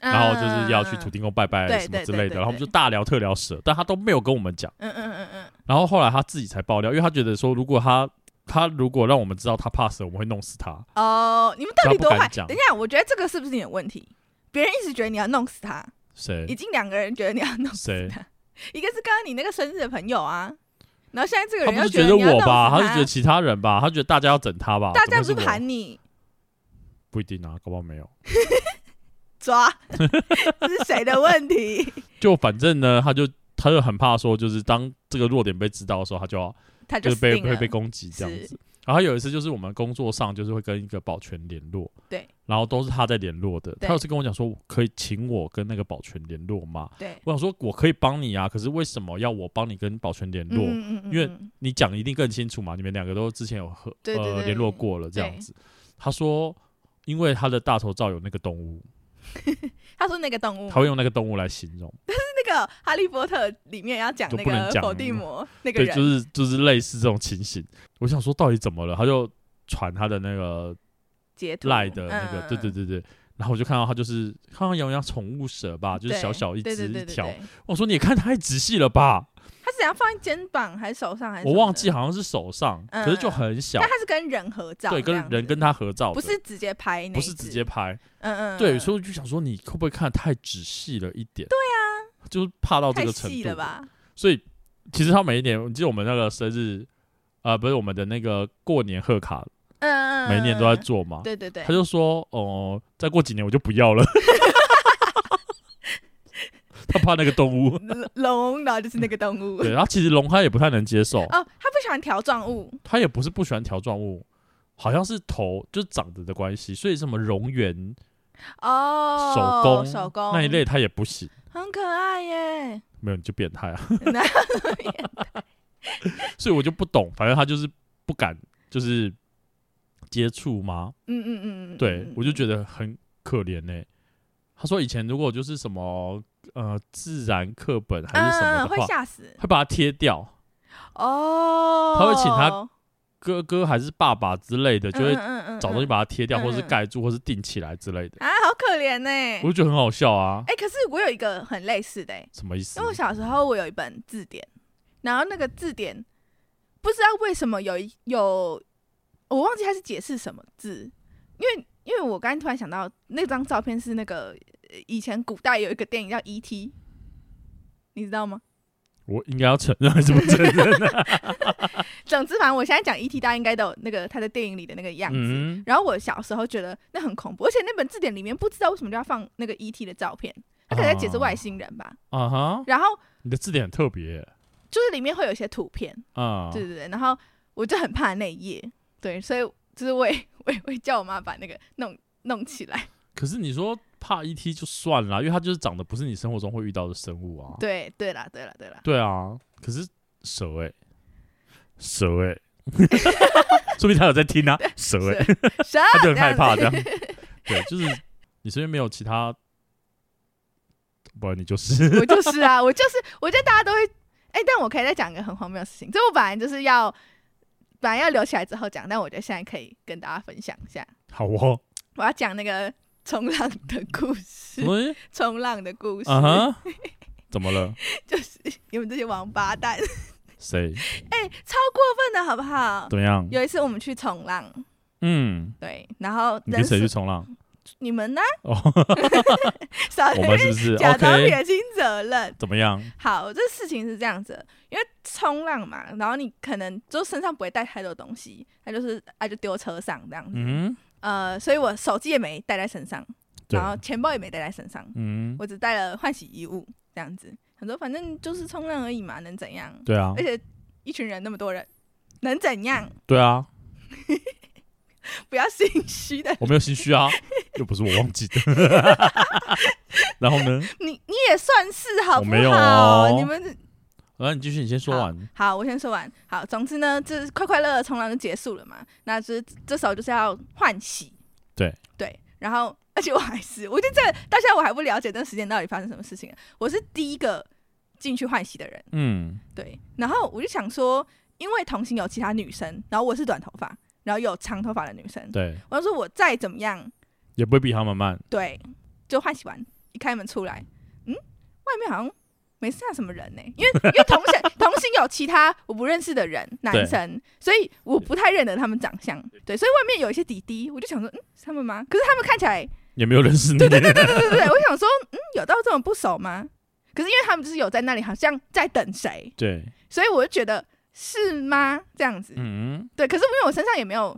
B: 嗯
A: 然后就是要去土地公拜拜
B: 对
A: 什么之
B: 对对
A: 类的，
B: 对
A: 然后我们
B: 对
A: 就大聊特聊蛇，但他都没有跟我们讲。
B: 嗯。嗯嗯嗯嗯，
A: 然后后来他自己才爆料，因为他觉得说，如果他他如果让我们知道他怕蛇，我们会弄死他。
B: 哦，你们到底多
A: 他不
B: 坏？
A: 敢讲
B: 等一下，我觉得这个是不是你的问题？别人一直觉得你要弄死他，已
A: 谁
B: 经两个人觉得你要弄死 (laughs)
A: 谁？
B: 他，一个是刚刚你那个生日的朋友啊，然后现在这
A: 他
B: 个人
A: 不
B: 又
A: 是觉
B: 得
A: 得
B: 你要弄
A: 我
B: 死
A: 吧？他
B: 他
A: 是觉得其他人吧？他觉得大家要整他吧？
B: 大家
A: 怎
B: 不是
A: 么会我
B: 喊你
A: 不一定啊，搞不好没有。
B: 抓， (laughs) 这是谁的问题？
A: 就反正呢，他就他就很怕说，就是当这个弱点被知道的时候，他就要
B: 他
A: 就是
B: 死
A: 被
B: 定
A: 会
B: 了。
A: 被攻击这样
B: 是
A: 子。然后有一次就是我们工作上就是会跟一个保全联络，
B: 对，
A: 然后都是他在联络的。
B: 对
A: 他有次跟我讲说，可以请我跟那个保全联络吗？
B: 对，
A: 我想说我可以帮你啊，可是为什么要我帮你跟保全联络？
B: 嗯嗯嗯
A: 因为
B: 嗯
A: 你讲一定更清楚嘛，你们两个都之前有和
B: 对对
A: 呃
B: 对
A: 联络过了这样
B: 对
A: 子。他说，因为他的大头照有那个动物，
B: 他说那个动物
A: 他会用那个动物来形容，
B: 那个《哈利波特》里面要讲
A: 就
B: 那
A: 不能
B: 个
A: 讲
B: 伏地魔那个
A: 对，
B: 人，
A: 就是就是类似这种情形。我想说到底怎么了，他就传他的那个
B: 截图嗯
A: 赖的那个，对对，对对。然后我就看到他就是好像养养宠物蛇吧，
B: 嗯
A: 就是小小一
B: 对
A: 只
B: 对对
A: 一
B: 对
A: 条
B: 对。对
A: 我说你也看太仔细了吧，
B: 他是怎样放在肩膀还是手上还是？
A: 我忘记，好像是手上，可是就很小
B: 嗯但，他是跟人合照，
A: 对，
B: 这
A: 跟
B: 样
A: 人
B: 子
A: 跟他合照的，
B: 不是直接拍那一只，
A: 不是直接拍，
B: 嗯，嗯嗯，
A: 对，所以我就想说，你会不会看得太仔细了一点？对啊，就是怕到这
B: 太
A: 个程
B: 细
A: 度
B: 了。吧？
A: 所以其实他每一年，你记得我们那个生日，呃，不是我们的那个过年贺卡，
B: 嗯嗯，
A: 每一年都在
B: 嗯，
A: 做嘛。
B: 对对对
A: 他，就说，哦、再过几年我就不
B: (laughs)
A: 要了。他怕那个动
B: (laughs)
A: 物，
B: 龙，然后就是那个动物。
A: (laughs) 对，然后其实龙他也不太能接受，
B: 哦，他不喜欢条状物，
A: 他也不是不喜欢条状物，好像是头就是长得的关系，所以什么蝾螈、
B: 哦，
A: 手工、
B: 手工
A: 那一类他也不行，
B: 很可爱耶。 (laughs)
A: 没有你就变态啊。
B: 哪有这么严
A: 所以我就不懂，反正他就是不敢，就是接触吗？
B: 嗯嗯嗯嗯，
A: 对、我就觉
B: 得
A: 得很可怜呢、他说以前如果就是什么呃自然课本还是什么
B: 嗯
A: 的
B: 会
A: 话，
B: 吓死
A: 会把它贴掉，
B: 哦。
A: 他会请他哥哥还是爸爸之类的，就会
B: 会
A: 找东西把它贴掉，
B: 嗯
A: 或是
B: 嗯
A: 盖住，或是钉起来之类的。
B: 啊，好可怜呢。
A: 我就觉得很好笑啊，
B: 嗯哎，可是我有一个很类似的欸，
A: 什么意思
B: 因为？我小时候我有一本字典，然后那个字典不知道为什么有一有，我忘记他是解释什么字，因为因为我刚才突然想到那张照片是那个呃以前古代有一个电影叫《E.T.》，你知道吗？
A: 我应该要承认还是不承
B: (laughs)
A: 认呢？
B: 总之，反正我现在讲 E E.T.，大家应该都有那个他在电影里的那个样子。
A: 嗯，
B: 然后我小时候觉得那很恐怖，而且那本字典里面不知道为什么就要放那个 E.T. 的照片，他可能在解释外星人吧。
A: 啊哈，
B: 然后
A: 你的字典很特别
B: 就是里面会有一些图片，
A: 啊，
B: 对对对，然后我就很怕那一页，对，所以就是我也我也会叫我妈把那个弄弄起来，
A: 可是你说怕 ET 就算了，因为它就是长得不是你生活中会遇到的生物啊。
B: (laughs) 对对啦对啦对啦，
A: 对啊，可是蛇哎、蛇哎、说明他有在听啊，蛇哎、
B: 蛇啊
A: 他就很害怕这
B: 这样
A: 样
B: 子。
A: 对，就是你身边没有其他，不然你就是
B: (laughs) 我就是啊，我就是，我觉得大家都会，哎、但我可以再讲一个很荒谬的事情，这我本来就是要本来要留起来之后讲，但我觉得现在可以跟大家分享一下，
A: 好哦。
B: 我要讲那个冲浪的故
A: 什
B: 事， (laughs)
A: 么东西？
B: 冲浪的故事，
A: 啊哈？怎么了？
B: 就是你们这些王八蛋， (laughs)
A: 谁？
B: 哎、超过分的好不好？
A: 怎么样？
B: 有一次我们去冲浪，
A: 嗯，
B: 对，然后
A: 你跟
B: 人
A: 谁
B: 数
A: 去冲浪？
B: 你们呢？ (laughs)
A: 哦，
B: 少
A: 我
B: 在那
A: 们
B: 边
A: 是不是
B: (laughs) 假装
A: ？OK？
B: 撇清责任。
A: 怎么样？
B: 好，这事情是这样子的，因为冲浪嘛，然后你可能就身上不会带太多东西，那就是啊就丢车上这样子。
A: 嗯，
B: 呃，所以我手机也没带在身上，
A: 对
B: 然，后钱包也没带在身上，
A: 嗯，
B: 我只带了换洗衣物这样子。很多反正就是冲浪而已嘛，能怎样？
A: 对啊
B: 而，且一群人那么多人，能怎样？
A: 对啊，
B: 不要心虚的，
A: 我没有心虚啊， (laughs) 又不是我忘记 (laughs) 的。然后呢？
B: 你你也算是好
A: 我
B: 不
A: 没有
B: 好？
A: 哦
B: 你们
A: 然后你继续，你先说完。
B: 好，我先说完。好，总之呢，这快快乐乐冲浪就结束了嘛。那就是这时候就是要换洗，
A: 对
B: 对，然后而且我还是，我觉得这个到现在我还不了解这个时间到底发生什么事情了。我是第一个进去换洗的人，
A: 嗯，
B: 对。然后我就想说，因为同行有其他女生，然后我是短头发，然后有长头发的女生，
A: 对，
B: 我就说我再怎么样，
A: 也不会比他们慢。
B: 对，就换洗完一开门出来，嗯，外面好像没剩下什么人呢、因为因为同行 (laughs) 同行有其他我不认识的人，男生，所以我不太认得他们长相，对，所以外面有一些弟弟，我就想说，嗯，是他们吗？可是他们看起来， (laughs)
A: 也没有认 (laughs) 识你。
B: 对对对对，我想说，嗯，有到这么不熟吗？可是因为他们就是有在那里，好像在等谁，
A: 对，
B: 所以我就觉得是吗？这样子，
A: 嗯，
B: 对。可是因为我身上也没有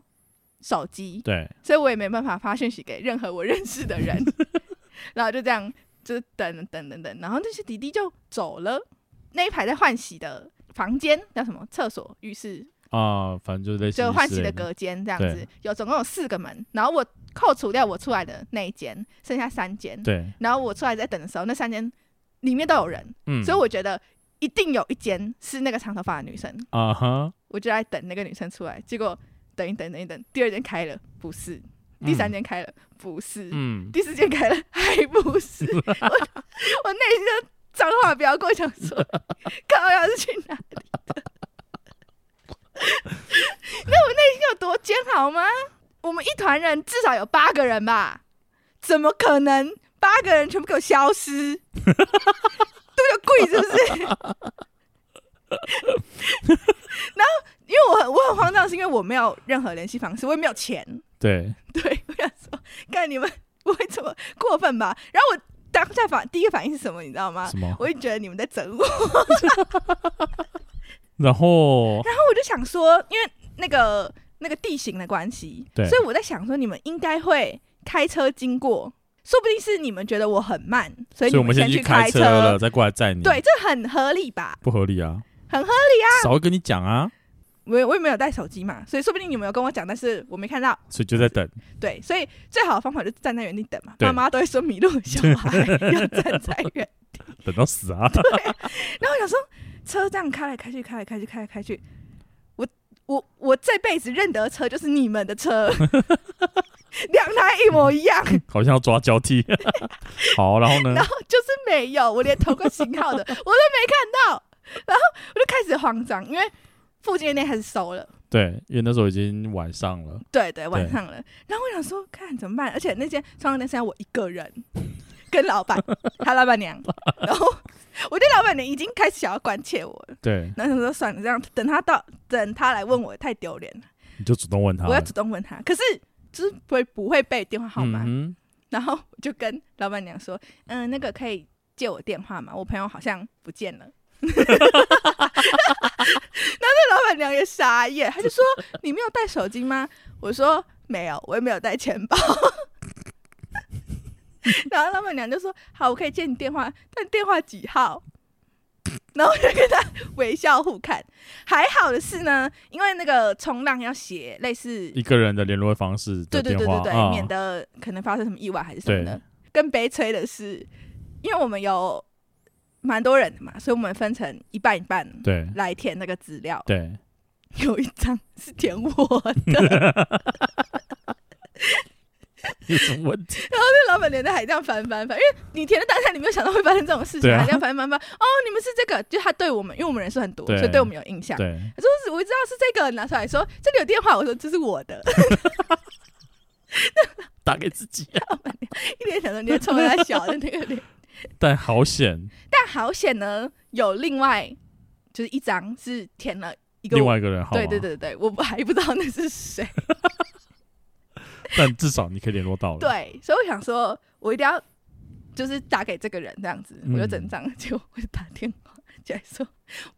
B: 手机，
A: 对，
B: 所以我也没办法发讯息给任何我认识的人， (laughs) 然后就这样就等等等等，然后那些弟弟就走了。那一排在换洗的房间叫什么？厕所、浴室，
A: 啊，反正就是类似
B: 就换洗
A: 之
B: 的
A: 类的。
B: 隔间这样
A: 对
B: 子，有总共有四个门，然后我扣除掉我出来的那一间，剩下三间，
A: 对，
B: 然后我出来在等的时候，那三间里面都有人，
A: 嗯，
B: 所以我觉得一定有一间是那个长头发的女生，
A: 啊哈，
B: 我就在等那个女生出来，结果等一等等一等，第二间开了，不是，第三间开了，不是，
A: 嗯，
B: 第四间开了还不是，我我内心就脏话飙过，想说靠要是去哪里的？ (laughs) 那我内心有多煎熬吗？我们一团人至少有八个人吧，怎么可能八个人全部给我消失？都有跪是不是？ (laughs) 然后，因为我很我很慌张，是因为我没有任何联系方式，我也没有钱，
A: 对，
B: (laughs) 对，我想说，看你们不会这么过分吧？然后我当下反第一个反应是什么，你知道吗
A: 什？么？
B: 我就觉得你们在整我，然
A: 然后
B: 后我就想说，因为那个那个地形的关系，
A: 对
B: 所以我在想说，你们应该会开车经过，说不定是你们觉得我很慢，所
A: 所
B: 以
A: 以
B: 你
A: 我们
B: 先
A: 去
B: 去开
A: 车了，，再过来载你。
B: 对，，这很合理吧？
A: 不合理啊，
B: 很合
A: 理啊，少会跟你讲啊，
B: 我也我也没有带手机嘛，所以说不定你们有跟我讲，但是我没看到。
A: 所以就在 (laughs) 等。
B: 对，所以最好的方法就是站在原地等嘛。
A: 对
B: 妈妈都会说迷路的小孩 (laughs) 要站在原地
A: 等到死啊！ (laughs)
B: 然后我想说，车这样开来开去，开来开去，开来开去，我我我这辈子认得的车就是你们的车， (laughs) 两台一模一样，
A: 好像要抓交替。 (laughs) 好，然后呢
B: 然？后就是没有，我连同个型号的 (laughs) 我都没看到，然后我就开始慌张，因为附近的店开始收了。
A: 对，因为那时候已经晚上了。
B: 对对，晚上了。然后我想说，看怎么办？而且那间创业店剩下我一个人，跟老板，还有老板娘。然后我对老板娘已经开始想要关切我了，
A: 对，
B: 然后想说算了，这样等他到等他来问我，太丢脸了。
A: 你就主动问他
B: 我要
A: 了，
B: 主动问他，可是就是不会不会背电话号码，
A: 嗯
B: 然后我就跟老板娘说，嗯、那个可以借我电话吗？我朋友好像不见了。 (laughs) 然后那老板娘也傻眼，她就说：“你没有带手机吗？”我说：“没有，我也没有带钱包。” (laughs) 然后老板娘就说：“好，我可以借你电话，但电话几号？”然后我就跟他微笑互看。还好的是呢，因为那个冲浪要写类似
A: 哼，一个人的联络方式
B: 对
A: 的
B: 对
A: 电
B: 对
A: 话
B: 对对，
A: 啊
B: 免得可能发生什么意外还是什么的
A: 对。
B: 更悲催的是，因为我们有蛮多人的嘛，所以我们分成一半一半
A: 对
B: 来填那个资料。
A: 对，
B: 有一张是填我
A: (laughs)
B: 的，
A: 有什么问题？
B: 那老板娘在海上翻翻翻，因为你填的当下你没有想到会发生这种事情，
A: 对啊
B: 海上翻翻翻，哦，你们是这个，就他对我们，因为我们人数很多，
A: 对
B: 所以对我们有印象。
A: 啊对，
B: 他说是我知道是这个，拿出来说这里有电话，我说这是我的， (laughs)
A: 打给自己、啊，
B: 一脸想说你在冲他
A: (laughs)
B: 笑的那个脸。
A: 但好险，
B: 但好险呢，有另外就是一张是填了一个
A: 另外一个人好，
B: 对对，对对，我不还不知道那是谁。
A: 但至少你可以联络到了，，
B: 对，所以我想说，我一定要就是打给这个人这样子，
A: 嗯
B: 我就整张， (laughs) 结果我就打电话起来说：“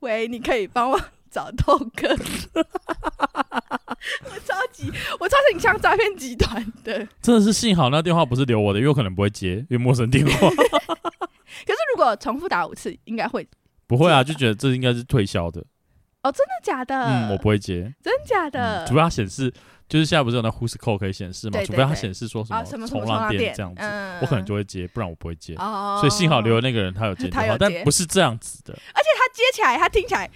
B: 喂，你可以帮我找豆哥。” (laughs) 我超级，我超级像诈骗集团的。
A: 真的是幸好那电话不是留我的，因为我可能不会接，因为陌生电
B: (laughs)
A: 话，
B: 可是如果重复打五次，应该会
A: 不会啊，
B: 是
A: 就
B: 的
A: 觉得这应该是推销的，
B: 哦，真的假的？
A: 嗯，我不会接，
B: 真假的？
A: 嗯除非它显示，就是现在不是有那 Who's Call 可以显示吗？
B: 对对
A: 除非它
B: 对
A: 显示说
B: 啊什么
A: 么
B: 什
A: 冲
B: 么冲浪
A: 店
B: 店
A: 这样子，
B: 嗯
A: 我可能就会接，不然我不会接。
B: 哦，
A: 所以幸好留的那个人他有接
B: 他
A: 电话，
B: 有
A: 但
B: 接
A: 不是这样子的，
B: 他接起来，他听起来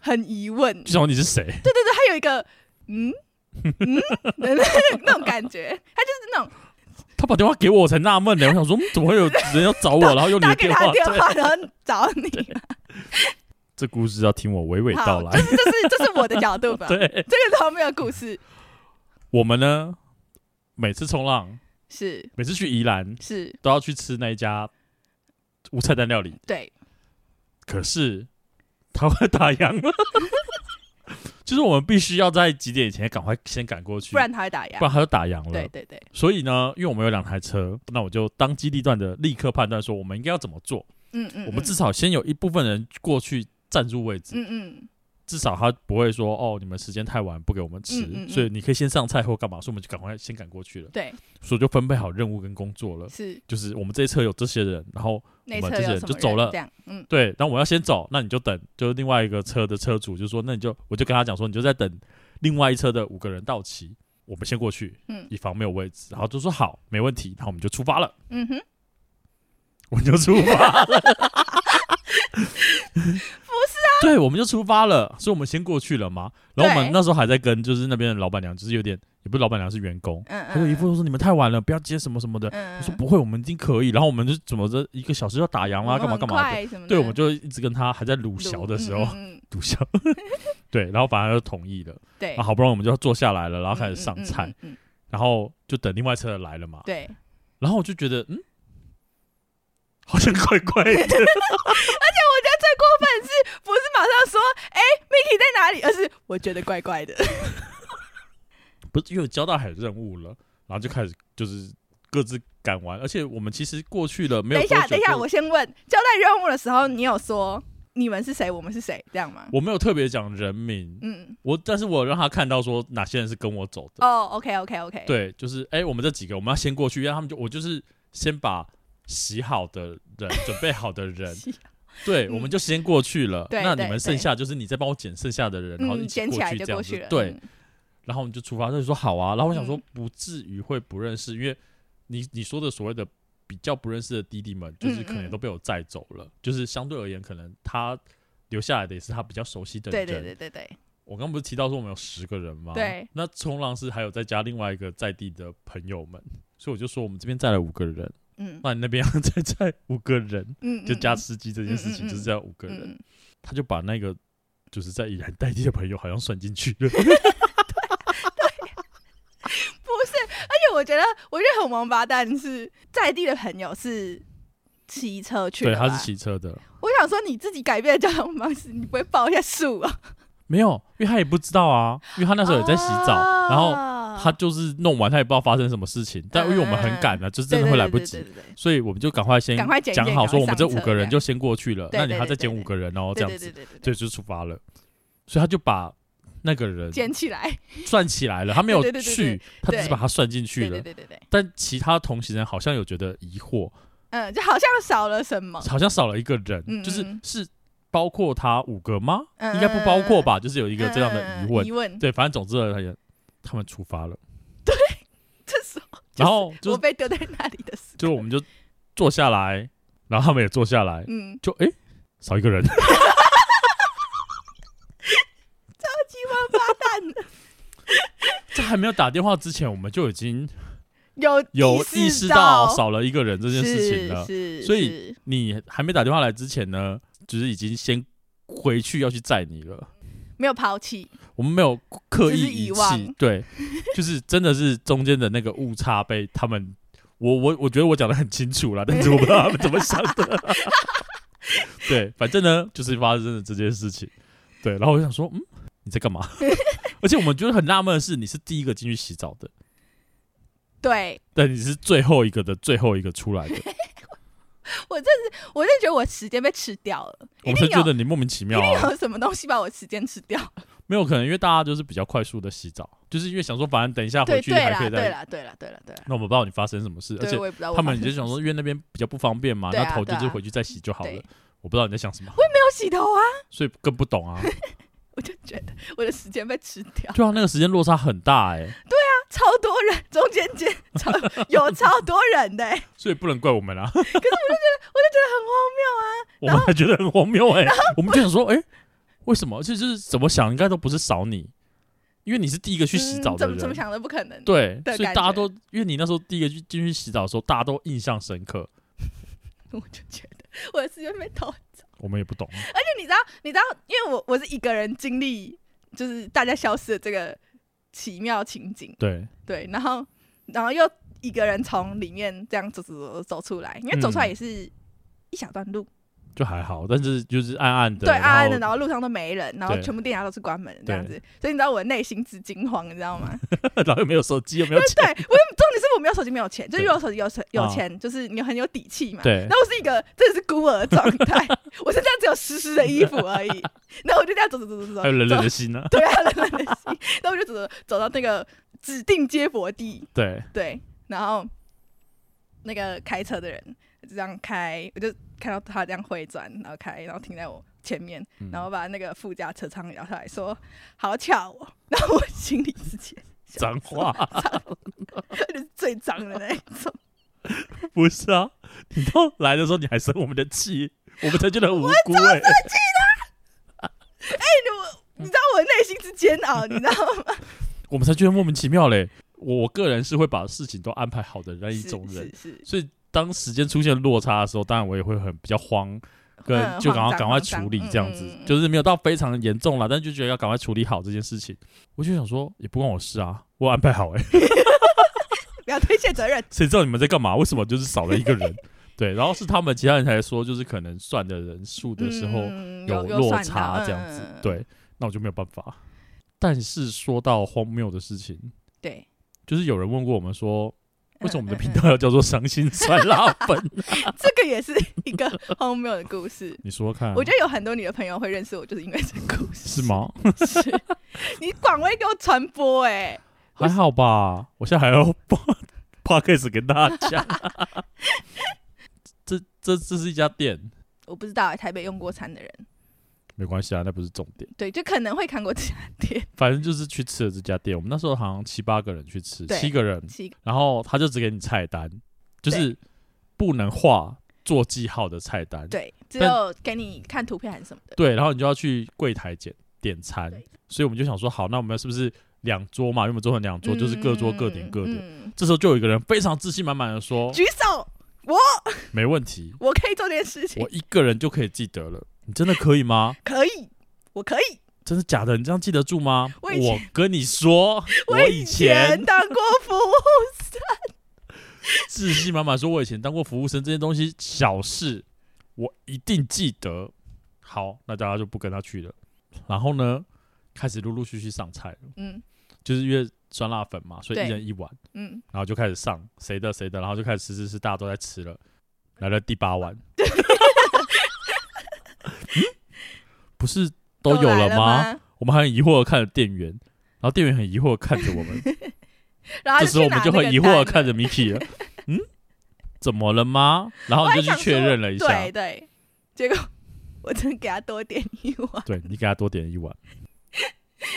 B: 很疑问，
A: 就想问你是谁？
B: 对对对，他有一个嗯
A: (laughs)
B: 嗯 (laughs) 的那那种感觉，他就是那种
A: 他把电话给我，我才纳闷呢。我想说，嗯怎么会有人要找
B: (laughs)
A: 我，然后哦用你
B: 打
A: 的
B: 给
A: 电
B: 他
A: 话？
B: 电
A: 对
B: 话，然后找你。
A: 这故事要听我娓娓道
B: 好，
A: 来
B: 这。是这是这是我的角度吧？
A: (laughs)
B: 这
A: 对，
B: 个荒谬的故事
A: 我们呢，每次冲浪，
B: 是
A: 每次去宜兰
B: 是，
A: 都要去吃那一家无菜单料理，
B: 对，
A: 可是他会打烊了。 (laughs) 就是我们必须要在几点以前赶快先赶过去，
B: 不然他会打
A: 不
B: 烊。
A: 然他就打烊
B: 对
A: 了。
B: 对对，
A: 所以呢，因为我们有两台车，那我就当机立断的立刻判断说，我们应该要怎么做。
B: 嗯嗯，
A: 我们
B: 嗯
A: 至少先有一部分人过去占住位置，
B: 嗯嗯
A: 至少他不会说哦，你们时间太晚不给我们吃，
B: 嗯嗯嗯
A: 所以你可以先上菜或干嘛，所以我们就赶快先赶过去了。
B: 对
A: 所以就分配好任务跟工作了，
B: 是
A: 就是我们这一车有这些人，然后
B: 内
A: 呃我
B: 侧
A: 们这些
B: 有
A: 人
B: 什
A: 就
B: 么
A: 走了
B: 人这样，嗯
A: 对，然后我要先走，那你就等，就是另外一个车的车主就说，那你就我就跟他讲说，你就在等另外一车的五个人到齐，我们先过去，
B: 嗯
A: 以防没有位置，然后就说好，没问题，然后我们就出发了。
B: 嗯哼，
A: 我们就出发了。不是啊，对，我们就出发了，所以我们先过去了嘛。然后我们
B: 对
A: 那时候还在跟就是那边的老板娘，就是有点也不是老板娘是员工，
B: 嗯
A: 她就
B: 嗯，
A: 一副说你们太晚了，不要接什么什么的。
B: 嗯，
A: 我
B: 嗯
A: 说不会，我们一定可以。然后我们就怎么着一个小时要打烊啦，干嘛干嘛的。
B: 嘛
A: 对，我们就一直跟他还在鲁小的时候，
B: 嗯嗯嗯
A: (laughs) 鲁小，对，然后反正就同意了。
B: 对
A: 啊，，好不容易我们就坐下来了，然后开始
B: 嗯
A: 上，
B: 嗯
A: 菜，
B: 嗯嗯嗯嗯
A: 然后就等另外一车人来了嘛。
B: 对，
A: 然后我就觉得，嗯，好像怪怪的。
B: 我觉得最过分的是不是马上说“哎、m i k i 在哪里”，而是我觉得怪怪的。
A: 不是因为交代海任务了，然后就开始就是各自赶完，而且我们其实过去了 (laughs) 没有
B: 等一
A: 多久就。
B: 下，等一下，我先问交代任务的时候，你有说你们是谁，我们是谁，这样吗？
A: 我没有特别讲人名，
B: 嗯，
A: 我但是我有让他看到说哪些人是跟我走的。
B: 哦，OK，OK，OK、o (laughs) k o k o k，
A: 对，就是哎、我们这几个我们要先过去，因为他们就我就是先把洗好的人、准备好的
B: (laughs)
A: 人，对，
B: 嗯
A: 我们就先过去了。
B: 对
A: 那
B: 对
A: 你们剩下就是你再帮我捡剩下的人，然后一
B: 嗯，
A: 起
B: 捡起来
A: 去
B: 就
A: 这样
B: 过
A: 子
B: 去了。。
A: 对，
B: 嗯，
A: 然后我们就出发，他就说好啊。然后我想说
B: 嗯
A: 不至于会不认识，因为你你说的所谓的比较不认识的弟弟们，就是可能
B: 嗯
A: 都被我载走了，就是相对而言，可能他留下来的也是他比较熟悉的
B: 嗯对
A: 人。
B: 对对对对，
A: 我刚不是提到说我们有十个人吗？
B: 对。
A: 那冲浪是还有再加另外一个在地的朋友们，所以我就说我们这边载了五个人，
B: 嗯
A: 那你那边要再载五个人，
B: 嗯，
A: 就加
B: 嗯
A: 司机这件事情
B: 嗯嗯嗯
A: 就是要五个人，
B: 嗯，
A: 他就把那个就是在以然代地的朋友好像算进去
B: (laughs)
A: 了。
B: 不是，而且我觉得，我觉得很王八蛋是在地的朋友是骑车去
A: 对，
B: 的，
A: 他是。骑车的。
B: 我想说，你自己改变交通方式，你不会报一下数啊？
A: 没有，因为他也不知道啊，因为他那时候也在洗澡，
B: 哦
A: 然后他就是弄完，他也不知道发生什么事情。但因为我们很赶啊，就是真的会来不及，
B: 嗯对对对对
A: 所以我们就赶快先
B: 赶快剪一剪
A: 讲好，说我们这
B: 赶快
A: 五
B: 上车
A: 个人就先过去了，
B: 对
A: 那
B: 对
A: 你还再减五个人哦，这
B: 对
A: 样
B: 对
A: 子
B: 对，对对对
A: 对，就出发了。所以他就把那个人
B: 捡起来，
A: 算起来了，他没有
B: 对对对对
A: 去，他只是
B: 对
A: 把他算进去
B: 对对
A: 了。
B: 对对对，
A: 但其他同行人好像有觉得疑惑，
B: 嗯，就好像少了什么，
A: 好像少了一个人，
B: 哦嗯
A: 就是
B: 嗯
A: 是包括他五个吗？
B: 嗯
A: 应该不包括吧？就是有一
B: 一
A: 个这样的疑问
B: 疑。问，
A: 对，反正总之而言，他们出发了，
B: 这时候
A: 然后就
B: 我
A: 是
B: 被丢在那里的时
A: 就
B: 候，
A: 我们就坐下来，然后他们也坐下来，
B: 嗯，
A: 就诶，少一个人， (laughs)
B: 鸡巴发蛋了，
A: (laughs) 在还没有打电话之前，我们就已经
B: 有
A: 有意
B: 意
A: 识到
B: 到
A: 少了一个人这件事情了。
B: 是，
A: 所以
B: 以
A: 你还没打电话来之前呢，就是已经先回去要去载你了。
B: 没有抛弃，
A: 我们没有刻意
B: 就是遗
A: 遗弃
B: 忘，
A: 对，就是真的是中间的那个误差被他们，我我我觉得我讲的很清楚啦，
B: (laughs)
A: 但是我不知道他们怎么想的。 (laughs) 对，反正呢，就是发生了这件事情。对，然后我就想说，嗯，你在干嘛？ (laughs) 而且我们觉得很纳闷的是，你是第一个进去洗澡的，
B: 对
A: 但你是最后一个的最后一个出
B: (laughs)
A: 来的，
B: 我真的觉得我时间被吃掉了，
A: 我
B: 一
A: 们才
B: 定
A: 觉
B: 有
A: 得你莫名其妙
B: 一定
A: 啊。
B: 有什么东西把我时间吃掉，
A: 没有可能，因为大家就是比较快速的洗澡，就是因为想说，反正等一下回
B: 对
A: 去
B: 对
A: 还
B: 啦
A: 可以
B: 对
A: 再。
B: 啦对啦对啦对啦，
A: 那我们不知道你发生什么事，而且
B: 对我也不知道哦我
A: 他
B: 发
A: 们
B: 生
A: 就
B: 什么
A: 想说，
B: 事
A: 因为那边比较不方便嘛，
B: 对啊
A: 那头就
B: 对
A: 是
B: 啊
A: 回去再洗就好了
B: 对。
A: 我不知道你在想什么，
B: 没有洗头啊，
A: 所以更不懂啊。
B: 我就觉得我的时间被吃掉，
A: 对啊，那个时间落差很大哎、
B: 超多人，中间间超有超多人的、欸，
A: 所以不能怪我
B: (laughs)
A: 们啊。
B: 我啊
A: 我们还觉得很荒谬哎、我们就想说，哎、为什么？就是怎么想，应该都不是少你，因为你是第一个去洗澡
B: 嗯、
A: 的
B: 怎么
A: 人。
B: 怎么想都不可能。
A: 对，
B: 的
A: 所以
B: 感
A: 大家
B: 觉
A: 都因为你那时候第一个去进去洗澡的时候，大家都印象深刻。
B: 我就觉得我的时间被偷。
A: 我们也不懂啊，
B: 而且你知道，你知道，因为我我是一个人经历，就是大家消失的这个奇妙情景，
A: 对，
B: 对，然后然后又一个人从里面这样走走走走出来，因为走
A: 嗯
B: 出来也是一小段路，
A: 就还好，但是就是暗暗的，
B: 对，暗暗的，
A: 然
B: 然后路上都没人，然后
A: 对
B: 全部店家都是关门的这样子，所以你知道我的内心之惊慌，你知道吗？
A: 后 (laughs) 然后又没有手机，又没有钱，
B: (laughs) 对，我也重点是我没有手机，没有钱，就是
A: 对
B: 如果手机有钱有
A: 啊
B: 钱，就是你很有底气嘛。
A: 对
B: 那我是一个真的是孤儿的状
A: (laughs)
B: 态，我身上只有湿湿的衣服而已。然后我就这样走走走走走，
A: 还有冷冷
B: 走
A: 的心呢、
B: 对啊，冷冷的心。然后我就走走走到那个指定接驳地，
A: 对，
B: 对，然后那个开车的人就这样开，我就看到他这样回转，然后开，然后停在我前面，
A: 嗯
B: 然后把那个副驾车窗摇下来说：“好巧哦。” (laughs) 然后我心里直接 (laughs) 想
A: 脏
B: 说
A: 话。
B: 就是最脏的那一种。
A: 不是啊，你到来的时候你还生我们的气，我们才觉得很无辜哎、
B: 你知道我内心是煎熬，
A: 嗯
B: 你知道吗？
A: 我们才觉得莫名其妙嘞。我我个人是会把事情都安排好的 (laughs) 那一种人，
B: 是是，
A: 所以当时间出现落差的时候，当然我也会很比较慌，跟
B: 嗯
A: 就赶
B: 慌
A: 快赶
B: 张
A: 快
B: 慌张
A: 处理
B: 嗯
A: 这样子
B: 嗯，嗯
A: 就是没有到非常严重啦，但就觉得要赶快处理好这件事情。我就想说，也不关我事啊，我安排好哎、
B: 不要推卸责任。
A: (laughs) 谁知道你们在干嘛？为什么就是少了一个人？ (laughs) 对，然后是他们其他人才说，就是可能算的人数的时候，
B: 嗯
A: 有
B: 有
A: 落差这样子，，
B: 有算到嗯嗯嗯
A: 对，那我就没有办法。但是说到荒谬的事情，
B: 对。
A: 就是有人问过我们说，为什么我们的
B: 嗯
A: 频？道要叫做“伤心酸辣粉 (laughs)
B: 嗯嗯这个也是一个 (laughs) 荒谬的故事”？。
A: 你说说看，
B: 我觉得有很多你的朋友会认识我，就是因为这个故
A: 嗯
B: 事。
A: 是？吗？
B: 是。 (laughs) 你广为给我传播，哎，
A: 还好吧，我现在还要播 podcast 给大家 (laughs) 讲。这这这是一家店，
B: 我不知道欸台北用过餐的人，
A: 没关系啊，那不是重点，
B: 对，就可能会看过这家店。
A: 反正就是去吃了这家店。我们那时候好像七八个人去吃，
B: 对
A: 七个人，
B: 是一个
A: 然后他就只给你菜单，就是不能画做记号的菜单。
B: 对，只有给你看图片还是什么的。
A: 对，然后你就要去柜台点点餐
B: 对，
A: 所以我们就想说，好，那我们是不是两桌嘛？因为我们做成两桌，就是各桌各点各的。
B: 嗯嗯
A: 这时候就有一个人非常自信满满的说
B: 举手，：“
A: 没问
B: (laughs)
A: 题，
B: 我可以做这件事情
A: 我，一个人就可以记得了。你真的可以吗？
B: 可以，我可以。
A: 真的假的？你这样记得住吗？”
B: 我以前
A: 我跟你
B: (laughs)
A: 说，我
B: 以前当过服务，
A: (laughs) 自信满满说，我以前当过服务生，这些东西小事，我一定记得。好，那大家就不跟他去了。然后呢，开始陆陆续续上菜了，
B: 嗯
A: 就是因为酸辣粉嘛，所以一
B: 对
A: 人一碗，
B: 嗯，
A: 然后就开始上谁的谁的，然后就开始吃吃吃，大家都在吃了，来了第八
B: (laughs)
A: 碗，嗯不是都有了
B: 来了
A: 吗？？我们还很疑惑的看着店员，然后店员很疑惑的看着我们，
B: 然后
A: 这
B: (laughs) 他
A: 时候我
B: 去拿
A: 们就
B: 那
A: 会
B: 个
A: 疑惑的
B: 蛋
A: 看着
B: 了
A: Miki
B: (laughs)
A: 了，嗯，怎么了吗？然后
B: 我
A: 你
B: 还
A: 就
B: 想
A: 去确
B: 说
A: 认了一下，
B: 对对，结果我真给他多点一碗，
A: 对你给他多点一碗，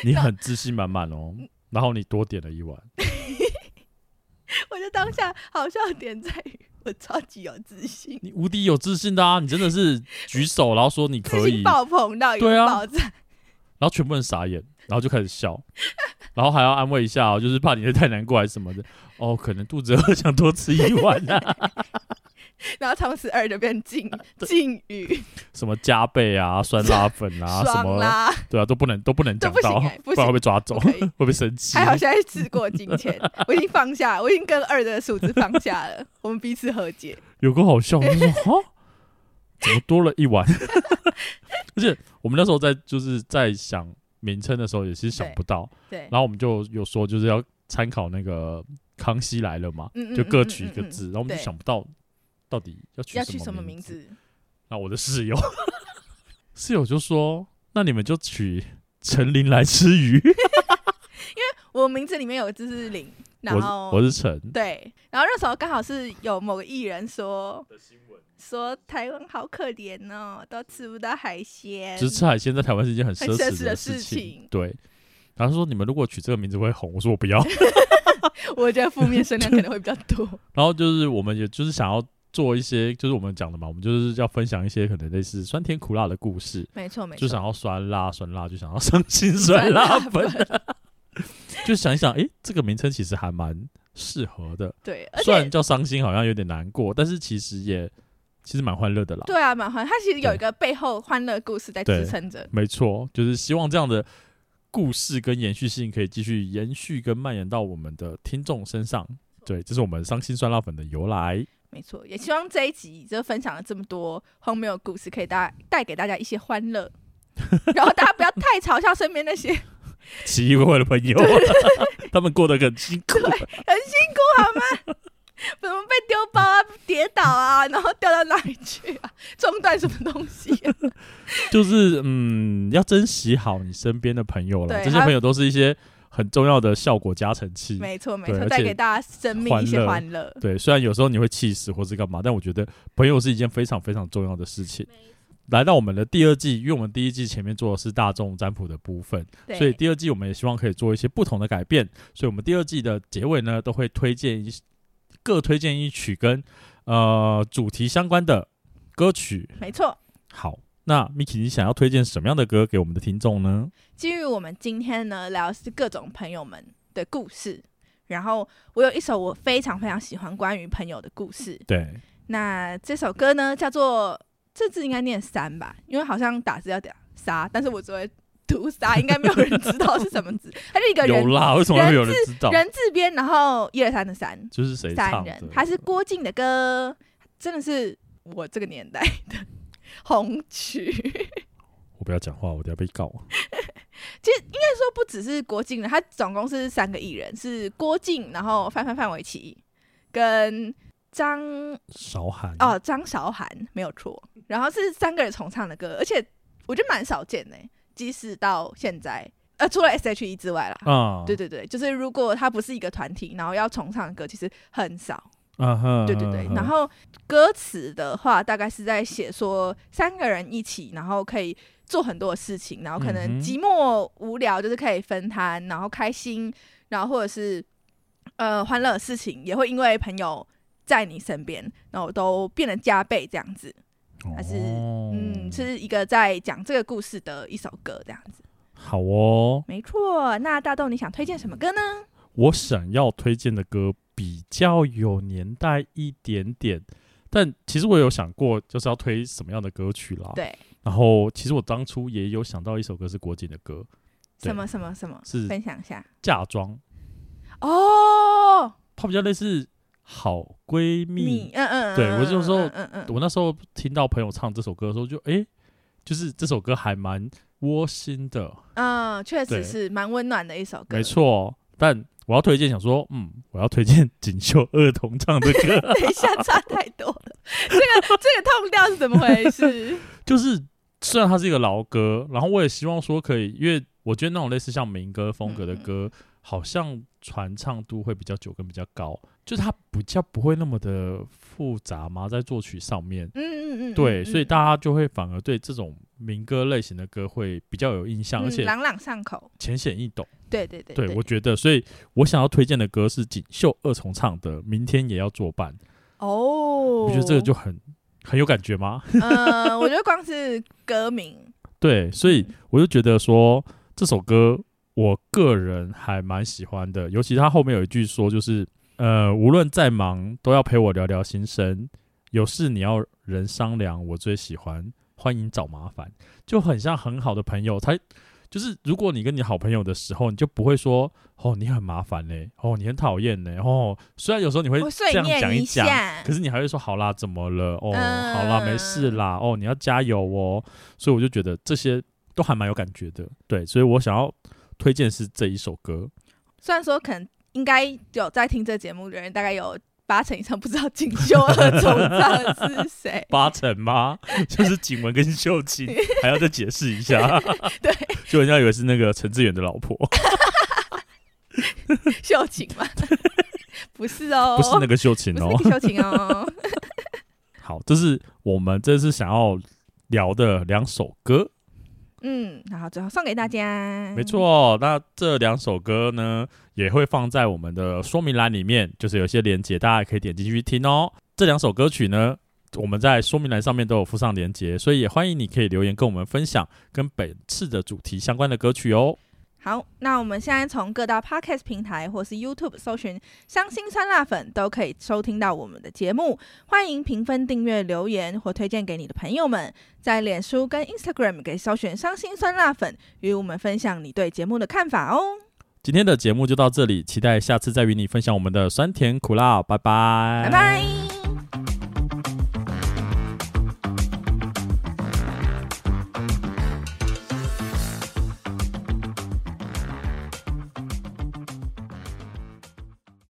A: 你很自信满满哦。
B: 嗯
A: 然后你多点了一碗，
B: 我就当下好笑的点在于我超级有自信，
A: 你无敌有自信的啊！你真的
B: (laughs)
A: 是举手，然后说你
B: 自
A: 可以
B: 信，爆棚到一
A: 对
B: 个
A: 啊
B: 爆炸，
A: 然后全部人傻眼，然后就开始笑， (laughs) 然后还要安慰一下、哦，就是怕你会太难过还是什么的。哦，可能肚子饿，想多吃一碗
B: (laughs)
A: 啊，
B: 然后从此二就变禁禁语，
A: 什么加倍啊、酸辣粉啊，什
B: (laughs) 爽
A: 么
B: 啦，
A: 对啊，都不能都不能讲
B: 都不行
A: 到，
B: 欸不
A: 不然会
B: 行
A: 被抓
B: (laughs)
A: 走，
B: 不
A: 会
B: 可以。
A: 被生气
B: 还。哎好现在事过境
A: (laughs)
B: 迁，我已经放下，我已经跟二的数字放下了，我们彼此和解。
A: 有个好笑，我
B: (laughs)
A: 就说哈，怎么多了一碗？而且我们那时候在就是在想名称的时候，也是想不到，
B: 对
A: 然，后我们就有说就是要参考那个《康熙来了》嘛，
B: 嗯嗯
A: 就各
B: 嗯
A: 取一
B: 嗯
A: 个
B: 嗯
A: 字，然后我们就
B: 对
A: 想不到到底要取
B: 要取什么
A: 名
B: 名。字？
A: 那我的室友， (laughs) 室友就说：“那你们就取陈林来吃
B: (laughs)
A: 鱼。
B: 我名字里面有个字是零，”然后
A: 我我是陈，
B: 对，然后那时候刚好是有某个艺人说说台湾好可怜哦，都吃不到海鲜
A: 只。是吃海鲜在台湾是一件很
B: 很
A: 奢
B: 奢
A: 侈
B: 侈
A: 的
B: 的
A: 事
B: 事
A: 情
B: 情。
A: 对，然后说你们如果取这个名字会红，我说我不
B: (laughs)
A: 要。
B: 我觉得负面声量可能会比较
A: (laughs)
B: 多。
A: 然后就是我们也就是想要做一些，就是我们讲的嘛，我们就是要分享一些可能类似酸甜苦辣的故事，
B: 没错，没错，
A: 就想要酸辣酸辣，就想要伤
B: (laughs)
A: 心酸辣粉， (laughs) 就想一想，诶，这个名称其实还蛮适合的，
B: 对，呃而
A: 虽然
B: 且
A: 叫伤心好像有点难过，但是其实也其实蛮欢乐的啦。
B: 对啊，蛮欢，它其实有一个背后欢乐故事在
A: 对
B: 支撑着。
A: 没错，就是希望这样的故事跟延续性可以继续延续跟蔓延到我们的听众身上。
B: 嗯
A: 对，这是我们伤心酸辣粉的由来。
B: 没错，也希望这一集就分享了这么多荒谬的故事，可以大带给大家一些欢
A: (laughs)
B: 乐。然后大家不要太嘲笑身边那些很
A: 奇
B: 辛
A: 异
B: (laughs)
A: 会会的朋友， (laughs) 他们过得很辛苦。
B: 苦好吗？怎么被丢包啊、 (laughs) 跌倒啊， (laughs) 然后掉到哪里去啊？ (laughs) 中断什么东西 (laughs) 啊、 (laughs)
A: 就是嗯，要珍惜好你身边的朋友了，
B: 对
A: 这些朋友都是一些很重要的效果加成器。
B: 没错，没
A: 对
B: 错，
A: 而
B: 带
A: 且
B: 给大家生命一些
A: 欢
B: 欢乐。
A: 对，虽然有时候你会气死或是干嘛，但我觉得朋友是一件非常非常重要的事情。来到我们的第二季，因为我们第一季前面做的是大众占卜的部分，
B: 对，
A: 所以第二季我们也希望可以做一些不同的改变。所以我们第二季的结尾呢，都会推荐一各推荐一曲跟呃主题相关的歌曲。
B: 没错。
A: 好，那 Miki，你想要推荐什么样的歌给我们的听众呢？
B: 基于我们今天呢聊的是各种朋友们的故事，然后我有一首我非常非常喜欢关于朋友的故事。
A: 对，
B: 那这首歌呢叫做这字应该念三吧，因为好像打字要打沙，但是我只会读沙，应该没有人知道是什么字。它是一个人
A: 有啦，为什么会有人知道？
B: 人字边，然后一二三的三，
A: 就是谁
B: 三
A: 唱的
B: 人，？它是郭靖的歌，真的是我这个年代的红曲。
A: 我不要讲话，我等下被告。
B: 不只是郭靖的，他总共是三个艺人，是郭靖，然后范范范玮琪跟张
A: 韶涵
B: 哦张韶涵没有错，然后是三个人重唱的歌，而且我觉得蛮少见的欸，即使到现在，呃，除了 S.H.E 之外啦。
A: 啊，
B: 对对对，就是如果他不是一个团体，然后要重唱的歌，其实很少。
A: 啊哈，
B: 对对对
A: 啊，哈
B: 然后歌词的话，大概是在写说三个人一起，然后可以做很多的事情，然后可
A: 嗯哼
B: 能寂寞无聊就是可以分摊，然后开心，然后或者是呃欢乐的事情，也会因为朋友在你身边，然后都变得加倍这样子。还是
A: 哦
B: 嗯，是一个在讲这个故事的一首歌这样子。
A: 好哦。
B: 没错，那大豆你想推荐什么歌呢？
A: 我想要推荐的歌比较有年代一点点，但其实我有想过就是要推什么样的歌曲啦。
B: 对，
A: 然后其实我当初也有想到一首歌是郭靖的歌，对
B: 什么什么什么，
A: 是《
B: 分享一下
A: 嫁妆》，
B: 哦。
A: 它比较类似好闺蜜
B: 你。嗯嗯，嗯
A: 对我就说
B: 嗯嗯嗯嗯
A: 我那时候听到朋友唱这首歌的时候就，诶哎，就是这首歌还蛮窝心的，
B: 嗯，确实
A: 对
B: 是蛮温暖的一首歌。
A: 没。错。但我要推荐，想说，嗯，我要推荐锦绣二童唱的
B: (laughs)
A: 歌，
B: (laughs) 等一下，差太多了。这个这个痛调是怎么回事？
A: 就是虽然它是一个老歌，然后我也希望说可以，因为我觉得那种类似像民歌风格的
B: 嗯
A: 歌，好像传唱度会比较久跟比较高，就是它比较不会那么的复杂嘛，在作曲上面。
B: 嗯嗯嗯，
A: 对，
B: 嗯
A: 所以大家就会反而对这种民歌类型的歌会比较有印象，而
B: 嗯
A: 且
B: 朗朗上口。
A: 浅显易懂。
B: 对对对
A: 对，我觉得，所以我想要推荐的歌是锦绣二重唱的《明天也要作伴》，
B: 哦，
A: 我觉得这个就很很有感觉吗？
B: 呃，我觉得光是
A: (laughs)
B: 歌名，
A: 对，所以我就觉得说这首歌我个人还蛮喜欢的，尤其他后面有一句说，就是呃，无论再忙都要陪我聊聊心声，有事你要人商量，我最喜欢，欢迎找麻烦，就很像很好的朋友，他。就是如果你跟你好朋友的时候，你就不会说哦你很麻烦嘞、哦你很讨厌嘞，哦虽然有时候你会
B: 我碎
A: 这样讲
B: 念
A: 讲，
B: 下
A: 可。是你还会说好啦，怎么了？哦，
B: 嗯
A: 好啦，没事啦，哦，你要加油哦。所以我就觉得这些都还蛮有感觉的，对，所以我想要推荐是这一首歌，。
B: 虽然说可能应该有在听这节目的人，大概有八成以上不知道锦绣二重唱是谁 (laughs)
A: 八成吗？就是景文跟秀琴，还要再解释一下，
B: (laughs) 对，
A: 就人家以为是那个陈志远的老婆，
B: 秀琴吗？ (laughs) 不是哦，
A: 不是那个秀琴哦
B: 不。是那个秀琴
A: (laughs)
B: 哦。
A: 好，这是我们这次想要聊的两首歌。
B: 嗯，然后最后送给大家，
A: 没，错，哦那这两首歌呢也会放在我们的说明栏里面，就是有一些连接，大家也可以点进去听哦。这两首歌曲呢，我们在说明栏上面都有附上连接，所以也欢迎你可以留言跟我们分享跟本次的主题相关的歌曲哦。
B: 好，那我们现在从各大 podcast 平台或是 YouTube 搜寻“伤心酸辣粉”，都可以收听到我们的节目。欢迎评分、订阅、留言或推荐给你的朋友们。在脸书跟 Instagram 给搜寻“伤心酸辣粉”，与我们分享你对节目的看法哦。
A: 今天的节目就到这里，期待下次再与你分享我们的酸甜苦辣，拜拜，
B: 拜拜。